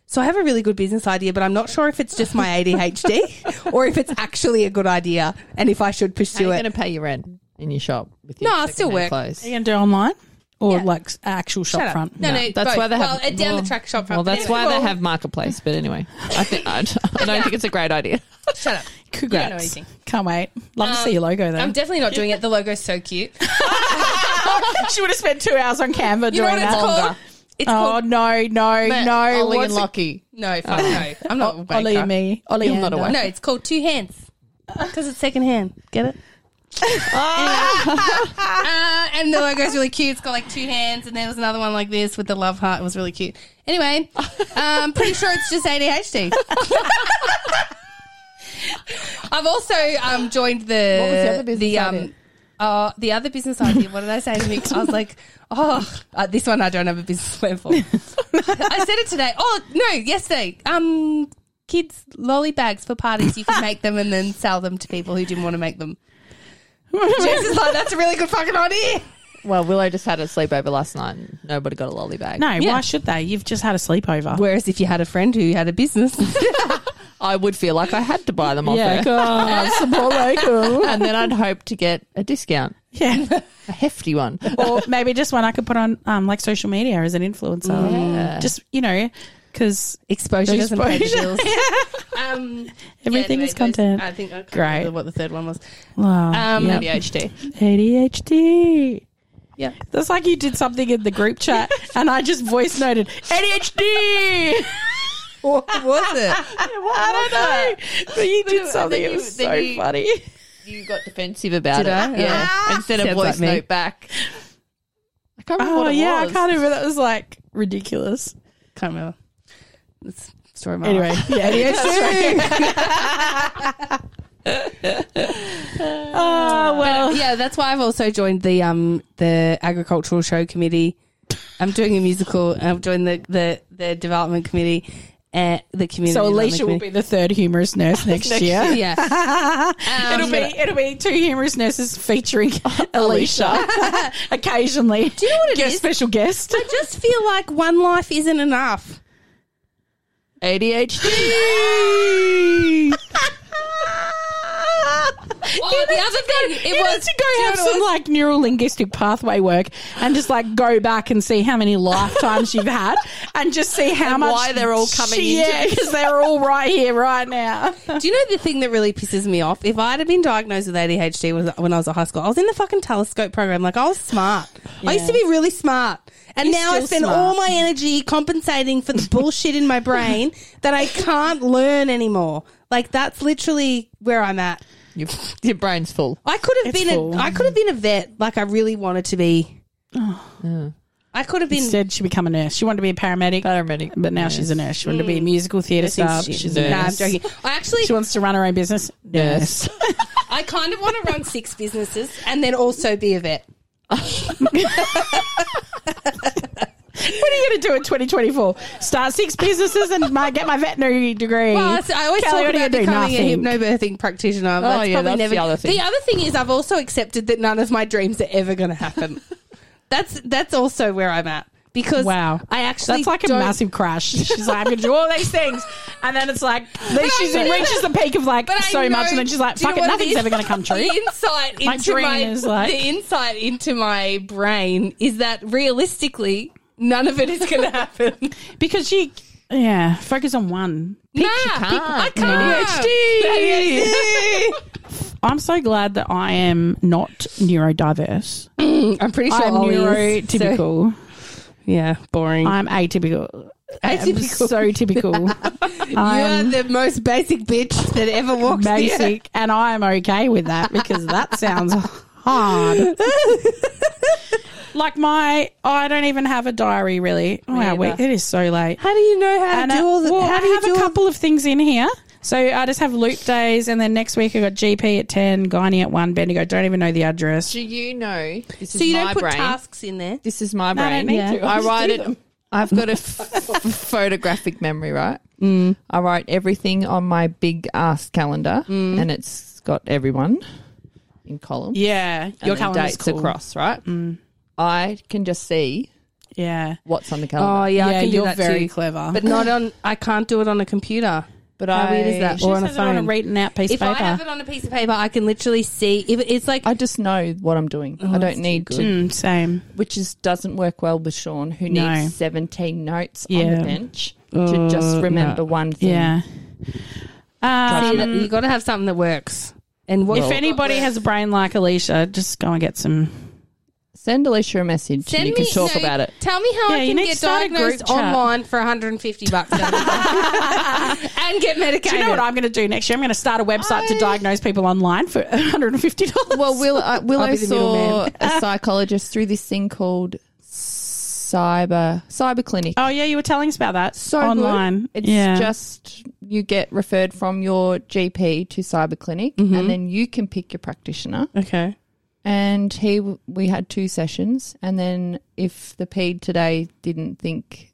So I have a really good business idea, but I'm not sure if it's just my ADHD or if it's actually a good idea and if I should You're pursue going it. to pay your rent in your shop. With No, your I'll still secondhand work. Clothes. Are you going to do online or Yeah. like actual shop Shut up. front? No, no, That's both. why they have well, a down the track shop. Well, front, but that's anyway. why they have marketplace. But anyway, I think I, I don't think it's a great idea. Shut up. Congrats. anything. Um, Can't wait. Love to see your logo though. I'm definitely not doing it. The logo's so cute. she would have spent two hours on Canva You know doing what it's that. called? It's Oh called no, no, no! Ollie What's and it- Lockie. no, fuck no. I'm not. a wanker. Ollie and me. Ollie and um, not a Anna. wanker. No, it's called two hands because it's second hand. Get it? uh, and the logo's really cute. It's got like two hands, and there was another one like this with the love heart. It was really cute. Anyway, I'm pretty sure it's just ADHD. I've also um, joined the What was the other business idea? um, uh, the other business idea. What did I say to Mick? I was like, oh, uh, this one I don't have a business plan for. I said it today. Oh no, yesterday. Um, kids lolly bags for parties. You can make them and then sell them to people who didn't want to make them. Jess is like, that's a really good fucking idea. Well, Willow just had a sleepover last night. and Nobody got a lolly bag. No, Yeah. why should they? You've just had a sleepover. Whereas if you had a friend who had a business, I would feel like I had to buy them off her. God, support local. and then I'd hope to get a discount, Yeah, a hefty one. or maybe just one I could put on um, like social media as an influencer. Yeah. Just you know, because exposure doesn't pay the Exposure. bills. um, everything yeah, anyway, is content. I think I can't Great. remember what the third one was. Wow. Um, yeah. ADHD. ADHD. Yeah. That's like you did something in the group chat, and I just voice noted ADHD. What was it? I don't know, but you did then something. It you- was then so you- funny. You got defensive about Did it. I? Yeah. Instead of Sounds voice like me. note back. I can't remember Oh what it yeah, was. I can't remember. That was like ridiculous. Can't remember. It's the story of my Anyway, life. yeah, ADHD. oh well. yeah, that's why I've also joined the um the agricultural show committee. I'm doing a musical. and I've joined the the, the development committee, uh, the community. So development Alicia will committee. be the third humorous nurse next, year. yeah. It'll be it'll be two humorous nurses featuring Alicia occasionally. Do you know what it is? Special guest. I just feel like one life isn't enough. ADHD. Well, the other thing, it You need was to go have some like neural linguistic pathway work and just like go back and see how many lifetimes you've had and just see how And much why they're all coming she- into yeah because they're all right here right now Do you know the thing that really pisses me off? If I'd have been diagnosed with ADHD was- when I was at high school, I was in the fucking telescope program. Like I was smart. I used to be really smart. And now I still spend smart. all my energy compensating for the bullshit in my brain that I can't learn anymore. Like that's literally where I'm at. your, your brain's full. I could have It's been full. a, I could have been a vet like I really wanted to be. Oh. I could have been instead she become a nurse she wanted to be a paramedic Paramedic. but now she's a nurse she wanted to be a musical theatre star She's- she's Nah, a I'm nurse joking. I actually she wants to run her own business Nurse. I kind of want to run six businesses and then also be a vet. What are you going to do in 2024? Start six businesses and my, get my veterinary degree. Well, so I always Kelly, talk what are you about gonna do? becoming Nothing. a hypnobirthing practitioner. Oh, that's yeah, probably that's never, the other thing. The other thing is I've also accepted that none of my dreams are ever going to happen. that's that's also where I'm at because Wow. I actually That's like a don't- massive crash. She's like, I'm going to do all these things. And then it's like, then she's, I it know reaches the peak of like But I so know- much. And then she's like, do you fuck know it, what nothing's is? ever going to come true. The insight My into my, dream is like- the insight into my brain is that realistically none of it is going to happen. Because she Yeah, focus on one. nah, pick- I can't. I'm so glad that I am not neurodiverse. I'm pretty sure I'm Ollie is, so- neurotypical. yeah, boring. I'm atypical. Atypical. I'm so typical. I'm You're the most basic bitch that ever walked the earth. basic, and I'm okay with that because that sounds hard. like my, I don't even have a diary really. Wow, wait, it is so late. How do you know how And to I, do all the? well, how I do you have do a all- couple of things in here. So I just have loop days, and then next week I got GP at ten, gynae at one, Bendigo. Don't even know the address. Do you know? This So is you don't my put brain. tasks in there. This is my brain. I don't need Yeah. to. I I just write do it. I've got a f- photographic memory, right? Mm. I write everything on my big ass calendar, and it's got everyone in columns. Mm. Yeah, and your then calendar's dates cool. Mm. across, right? I can just see Yeah, what's on the Oh calendar, yeah, I can do you're that very too. clever. But not on. I can't do it on a computer. but How I weird is that? she or just on a has it on a phone. written out piece If of I paper. have it on a piece of paper, I can literally see. If it's like I just know what I'm doing. Oh, I don't need to, Mm, same. which is doesn't work well with Sean, who No. needs 17 notes on Yeah. Uh, the bench to just remember one thing. Yeah. See, that- Um, you got to have something that works. And what if anybody has a brain like Alicia, just go and get some. Send Alicia a message and you can talk about it. Tell me how Yeah, I you can need to get start a group diagnosed chat. online for 150 bucks and get medicated. Do you know what I'm going to do next year? I'm going to start a website to diagnose people online for $150. Well, Will, uh, Willow be the saw middleman. a psychologist through this thing called cyber cyber clinic. oh, yeah, you were telling us about that. so good. online. It's yeah. just you get referred from your GP to cyber clinic, and then you can pick your practitioner. okay. And he, we had two sessions, and then if the PED today didn't think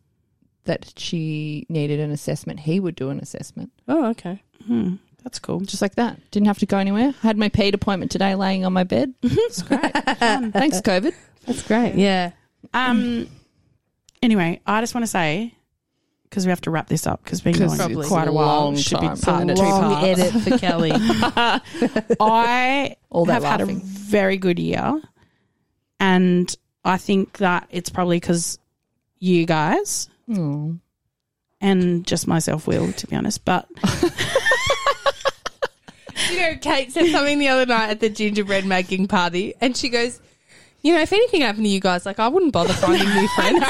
that she needed an assessment, he would do an assessment, Oh, okay. Hmm, That's cool. just like that. Didn't have to go anywhere. Had my PED appointment today, laying on my bed. it's great. Thanks, COVID. That's great. Yeah. Um, anyway, I just want to say, because we have to wrap this up, because we've been 'Cause going it's quite a while. long should time. be part It's two a long parts. edit for Kelly. I All that have had a laughing. very good year, and I think that it's probably because you guys Hmm. Oh. and just myself, Will, to be honest. But you know, Kate said something the other night at the gingerbread making party, and she goes, "You know, if anything happened to you guys, like I wouldn't bother finding new friends."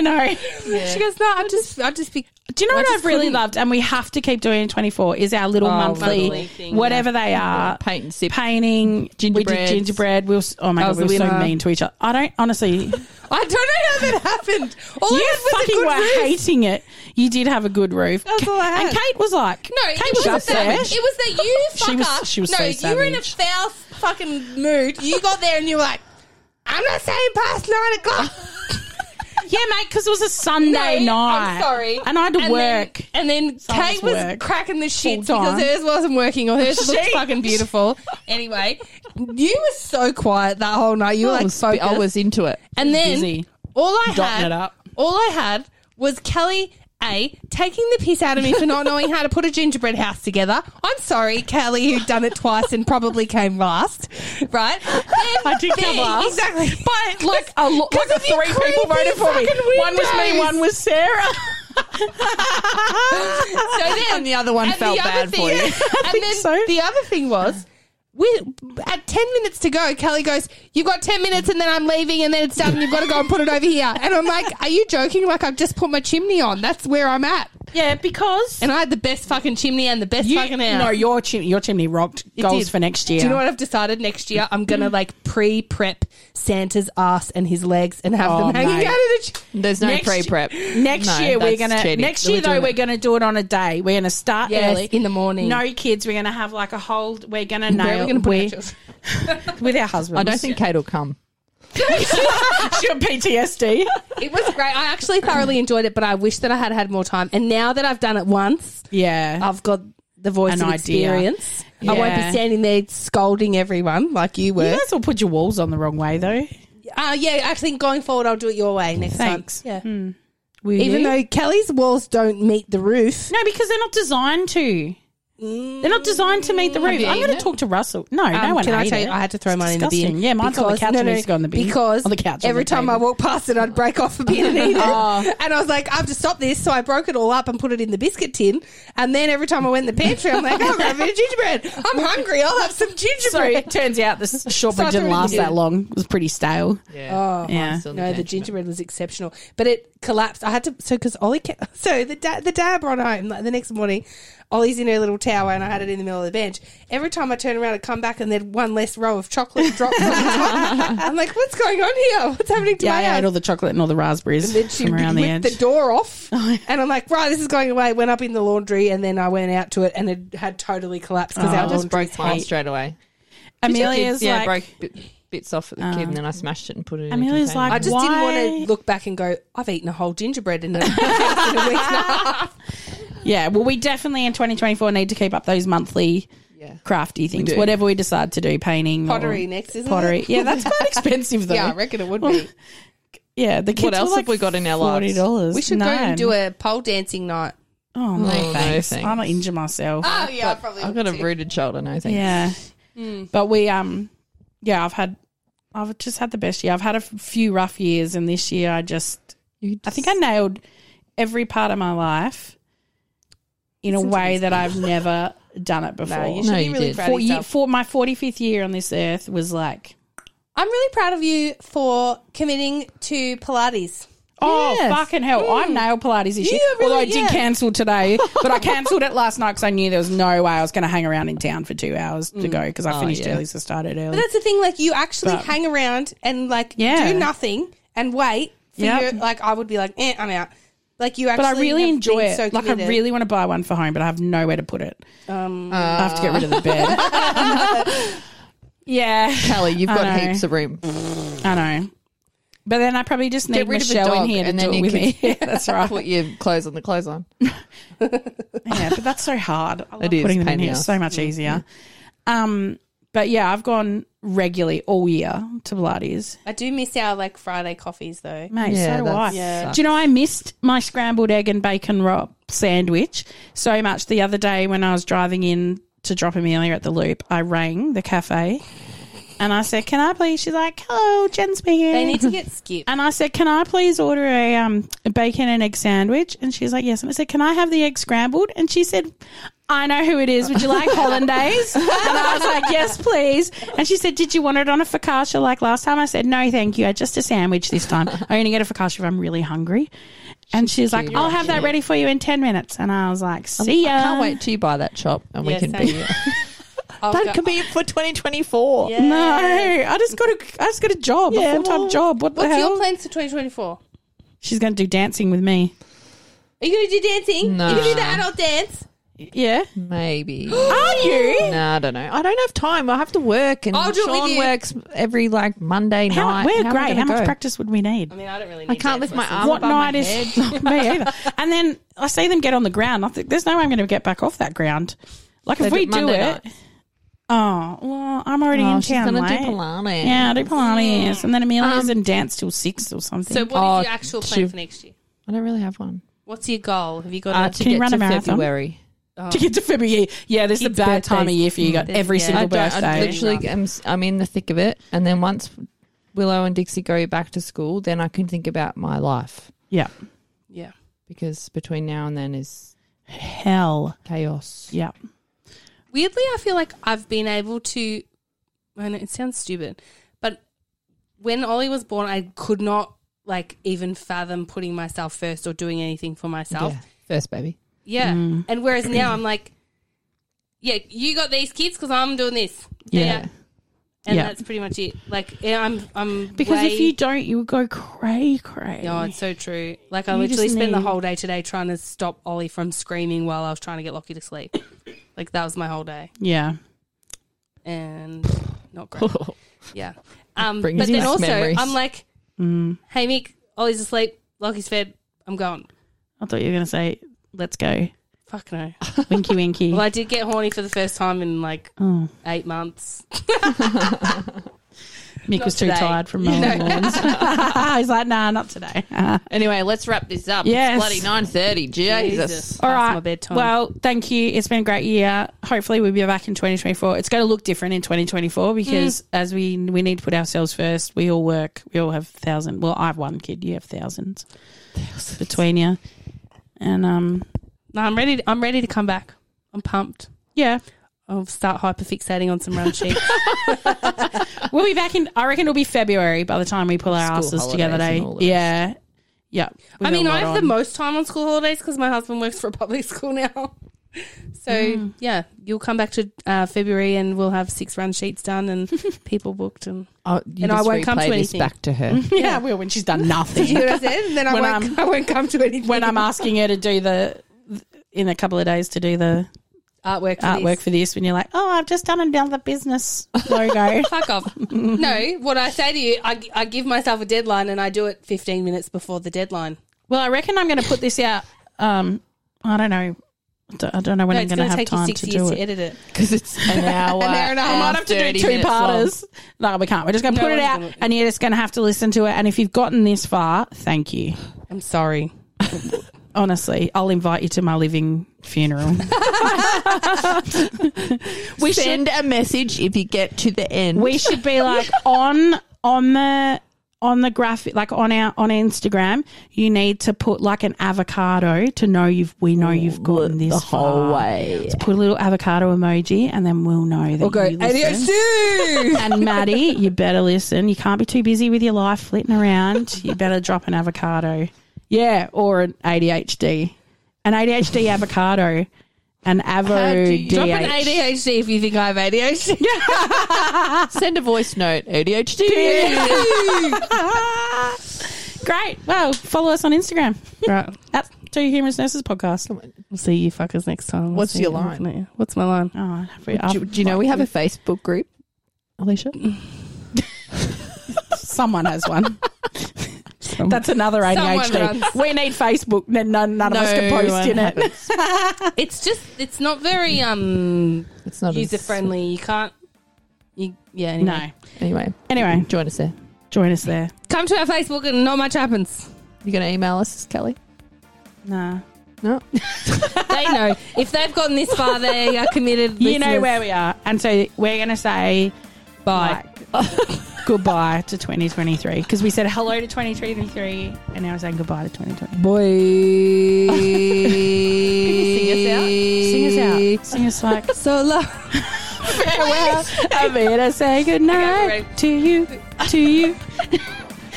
know. She goes, "No, I just, I just be." Do you know I what just I've really couldn't- loved, and we have to keep doing in twenty four is our little Oh, monthly, monthly thing, whatever they are, Paint and sip. painting, We Gingerbreads. did gingerbread. We were, s- oh my I god, was we were the so winner. mean to each other. I don't honestly. I don't know how that happened. All you I had was a fucking good were roof. hating it. You did have a good roof. That's all I had. And Kate was like, No, Kate it wasn't just that. there. It was that you fucker. She was- she was no, so you were in a savage. foul fucking mood. You got there and you were like, "I'm not saying past nine o'clock." Yeah, mate, because it was a Sunday No, night. I'm sorry. And I had to then- work. and then Someone's Kate was work. cracking the shit Full time. because hers wasn't working or hers looked She- fucking beautiful. Anyway, you were so quiet that whole night. You were I like was, sp- I focused. was into it. and then busy. all I Dotting had it up. all I had was Kelly A taking the piss out of me for not knowing how to put a gingerbread house together. I'm sorry, Kelly, who'd done it twice and probably came last. Right? I did come last. Exactly. But like a lot, like 'Cause a of your three people voted creepy for me. fucking One was me, windows. one was Sarah. So then, And the other one and felt the bad other for thing- you. and then so. the other thing was, we at ten minutes to go. Kelly goes, "You've got ten minutes, and then I'm leaving, and then it's done. and You've got to go and put it over here." And I'm like, "Are you joking? Like I've just put my chimney on. That's where I'm at." Yeah, because And I had the best fucking chimney and the best you, fucking house. no, your chimney, your chimney rocked It goals did. for next year. Mm. Do you know what I've decided next year? I'm gonna like pre-prep Santa's ass and his legs and have Oh, them hanging mate. out of the. Ch- There's no Next- pre prep. Next year we're gonna. Next year though we're gonna do it on a day. We're gonna start Yes, early in the morning. No kids. We're gonna have like a whole. We're gonna nail. Where are we gonna put our we- children? with our husbands. I don't think Kate will come. she had PTSD. It was great. I actually thoroughly enjoyed it, but I wish that I had had more time. And now that I've done it once, Yeah, I've got the voice An of idea. experience. I won't be Yeah. standing there scolding everyone like you you were. guys will put your walls on the wrong way though. Uh, yeah, actually, going forward, I'll do it your way next Thanks. Hmm. time. Yeah. Will Even you? though Kelly's walls don't meet the roof. No, because they're not designed to. They're not designed to Mm. meet the roof. you I'm going eaten to it? talk to Russell. No, no Um, one can I ate tell you, it. I had to throw It's mine in the disgusting. bin. Yeah, mine's on the because- couch. no, and no, it's gone in the bin. Because on the couch. on every the Oh. time I table. walked past it, I'd break off a bit and eat it. And I was like, I have to stop this. So I broke it all up and put it in the biscuit tin. And then every time I went in the pantry, I'm like, I'll grab a bit of gingerbread. I'm hungry. I'll have some So gingerbread. it turns out this So I shortbread threw didn't it in the last bin. that long. It was pretty stale. Oh, Yeah. No, the gingerbread was exceptional, but it collapsed. I had to so because Ollie. Ca- so the da- the day I brought home like the next morning, Ollie's in her little tower, and I had it in the middle of the bench. Every time I turn around, I come back, and then one less row of chocolate drops. on the top. I'm like, what's going on here? What's happening to Yeah, my I ate all house? the chocolate and all the raspberries Then she from around the edge. Oh, whipped the door off, and I'm like, right, this is going away. Went up in the laundry, and then I went out to it, and it had totally collapsed Oh, because I our just laundry broke mine straight away. Amelia's yeah, like, broke bit, bits off at the kid, and then I smashed it and put it. in Amelia's a container. like- I just didn't Why- want to look back and go, I've eaten a whole gingerbread in a, in a week. yeah. Well, we definitely in 2024 need to keep up those monthly Yeah. crafty things. do. Whatever we decide to do, painting, or Pottery next, isn't pottery. it? Yeah, that's quite expensive though. Yeah, I reckon it would be. Yeah, the kids What else were like have we got in our Forty lives? dollars. We should go and do a pole dancing night. Oh no, no, thanks. thanks. I might injure myself. Oh yeah, I probably. I've got a rooted shoulder. No thanks. yeah, Hmm. but we um, yeah, I've had, I've just had the best year. I've had a f- few rough years, and this year I just, You I think I nailed every part of my life in a way that I've never done it before. should you should No, be be you really really did. proud proud for, of ye- for my forty fifth year on this earth was like. I'm really proud of you for committing to Pilates. Oh Yes. fucking hell! I nailed Pilates this Yeah, year, really, although I did yeah. cancel today. But I cancelled it last night because I knew there was no way I was going to hang around in town for two hours to go because I finished Oh, yeah. early, so started early. But that's the thing, like you actually But- hang around and like Yeah. do nothing and wait for Yep. your like I would be like, eh, I'm out. Like you actually but I really have enjoy been it. So like I committed. really want to buy one for home, but I have nowhere to put it. um, I have to get rid of the Ah. bed. yeah, Kelly, you've I got know. heaps of room. I know. But then I probably just need Get rid of the Michelle in dog here to and do then it you with can- me. Yeah, that's right. Put your clothes on the clothesline. yeah, but that's so hard. I love is, putting them pain in in the here. ass. So much easier. Um, but yeah, I've gone regularly all year to Pilates. I do miss our like Friday coffees though. Mate, Yeah, so do that I. Yeah. Do you know I missed my scrambled egg and bacon roll sandwich so much the other day when I was driving in to drop Amelia at the loop. I rang the cafe and I said, "Can I please?" She's like, "Hello, Jen speaking." They need to get skipped. and I said, "Can I please order a, um, a bacon and egg sandwich?" And she's like, "Yes." And I said, "Can I have the egg scrambled?" And she said, "I know who it is. Would you like hollandaise?" and I was like, "Yes, please." And she said, "Did you want it on a focaccia like last time?" I said, "No, thank you. I just a sandwich this time. I only get a focaccia if I'm really hungry." And she's like, "I'll have that ready for you in ten minutes." And I was like, "See ya." I can't wait till you buy that shop and Yeah, we can same. be. I'll go- That could be it for 2024. Yeah. No, I just got a I just got a job, Yeah, a full time well, job. What the What's hell? your plans for 2024? She's going to do dancing with me. Are you going to do dancing? No. You can do the adult dance. Yeah, Maybe. are you? No, I don't know. I don't have time. I have to work, and I'll do it with Sean you. works every like Monday How, night. we're How am I great. gonna How much go? practice would we need? I mean, I don't really. Need I can't lift my arm. what above my night is head. me either? And then I see them get on the ground. I think there's no way I'm going to get back off that ground. Like if They we do it do Monday it, night. oh well, I'm already Oh, in she's town gonna do late. Pilates. Yeah, I do Pilates, and then Um, Amelia's in dance till six or something. So, what is Oh, your actual plan shoot. for next year? I don't really have one. What's your goal? Have you got Uh, a to Can you get run to a marathon? February. to get to February, yeah, this is a Kids' bad time of birthdays. Mm, year for you. Got every yeah. I single I, don't, birthday. I literally am. I'm in the thick of it, and then once Willow and Dixie go back to school, then I can think about my life yeah, Yeah. because between now and then is hell, chaos. yeah. Weirdly, I feel like I've been able to. I know it sounds stupid, but when Ollie was born, I could not like even fathom putting myself first or doing anything for myself. Yeah. First baby. Yeah. Mm. And whereas now I'm like, yeah, you got these kids because I'm doing this. Yeah. And Yeah. that's pretty much it. Like yeah, I'm, I'm Because way- if you don't, you will go cray cray. Oh, it's so true. Like I You literally just spent the need- whole day today trying to stop Ollie from screaming while I was trying to get Lockie to sleep. like that was my whole day, yeah. and not great. yeah. Um, Brings but then back also, memories. I'm like, Mm. hey Mick, Ollie's asleep, Lockie's fed, I'm gone. I thought you were going to say, "Let's go." Fuck no. Winky winky. well, I did get horny for the first time in like oh. eight months. Mick was too today. tired from mowing lawns. He's like, nah, not today. Anyway, let's wrap this up. Yes. It's bloody nine thirty. Jesus. All Past right. my bedtime. Well, thank you. It's been a great year. Hopefully, we'll be back in 2024. It's going to look different in 2024 because as we we need to put ourselves first. We all work. We all have thousand. Well, I have one kid. You have thousands, between you. And um, No, I'm ready. To, I'm ready to come back. I'm pumped. yeah, I'll start hyperfixating on some round sheets. we'll be back in. I reckon it'll be February by the time we pull our School asses together. holidays eh? and all that. Yeah, yeah. We've I got mean, a I lot have the on. most time on school holidays because my husband works for a public school now. So yeah, you'll come back to uh, February and we'll have six run sheets done and people booked and Oh, you And I just won't come to replay this anything. back to her. yeah. Well, when she's done nothing. you know what I said? And then I When won't, I won't come to anything. when I'm asking her to do the in a couple of days to do the artwork, for artwork this. for this when you're like, oh, I've just done another business logo. Fuck off. no, what I say to you, I, I give myself a deadline and I do it 15 minutes before the deadline. well, I reckon I'm going to put this out. Um, I don't know. I don't- I don't know when No, I'm it's going to going to have take you time six to years do to it. edit it. Because it's an hour. An hour and a half. I Might might have to do two parters. No, we can't. We're just going to No put it one's out, gonna- and you're just going to have to listen to it. And if you've gotten this far, thank you. I'm sorry. Honestly, I'll invite you to my living funeral. We Send a message if you get to the end. we should be like on on the on the graphic like on our on instagram you need to put like an avocado to know you've we know you've gotten this the whole far. way. Just put a little avocado emoji and then we'll know that you listen. and maddie you better listen you can't be too busy with your life flitting around you better drop an avocado yeah or an adhd an adhd avocado an avo Drop an ADHD if you think I have ADHD. Send a voice note. ADHD. Great. Well, follow us on Instagram right. at Two Humorous Nurses Podcast. We'll see you fuckers next time. We'll What's see your you. line? Yeah. What's my line? Oh, Do, do you know we have a Facebook group, Alicia? someone has one? That's another runs. ADHD. We need Facebook. Then none, none of us can post in it. It's just it's not very um It's not user friendly. You can't. You yeah. Anyway. No. Anyway, Anyway, join us there. join us there. Come to our Facebook and not much happens. You gonna email us, Kelly? Nah. No. They know if they've gotten this far, they are committed. You know where we are. And so we're going to say Bye. like, goodbye to 2023 because we said hello to 2023 and now we're saying goodbye to 2020. Boy. Sing us out. Sing us like So long. farewell. I made her say goodnight ready. to you, to you.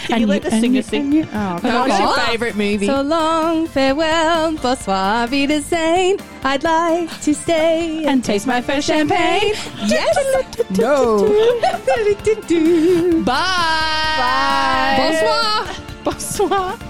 Can you let the singer sing? You, oh, God. What's your God. favourite movie? So long, farewell, bonsoir, vida sane. I'd like to stay and And taste my first champagne. yes, no. bonsoir. Bonsoir.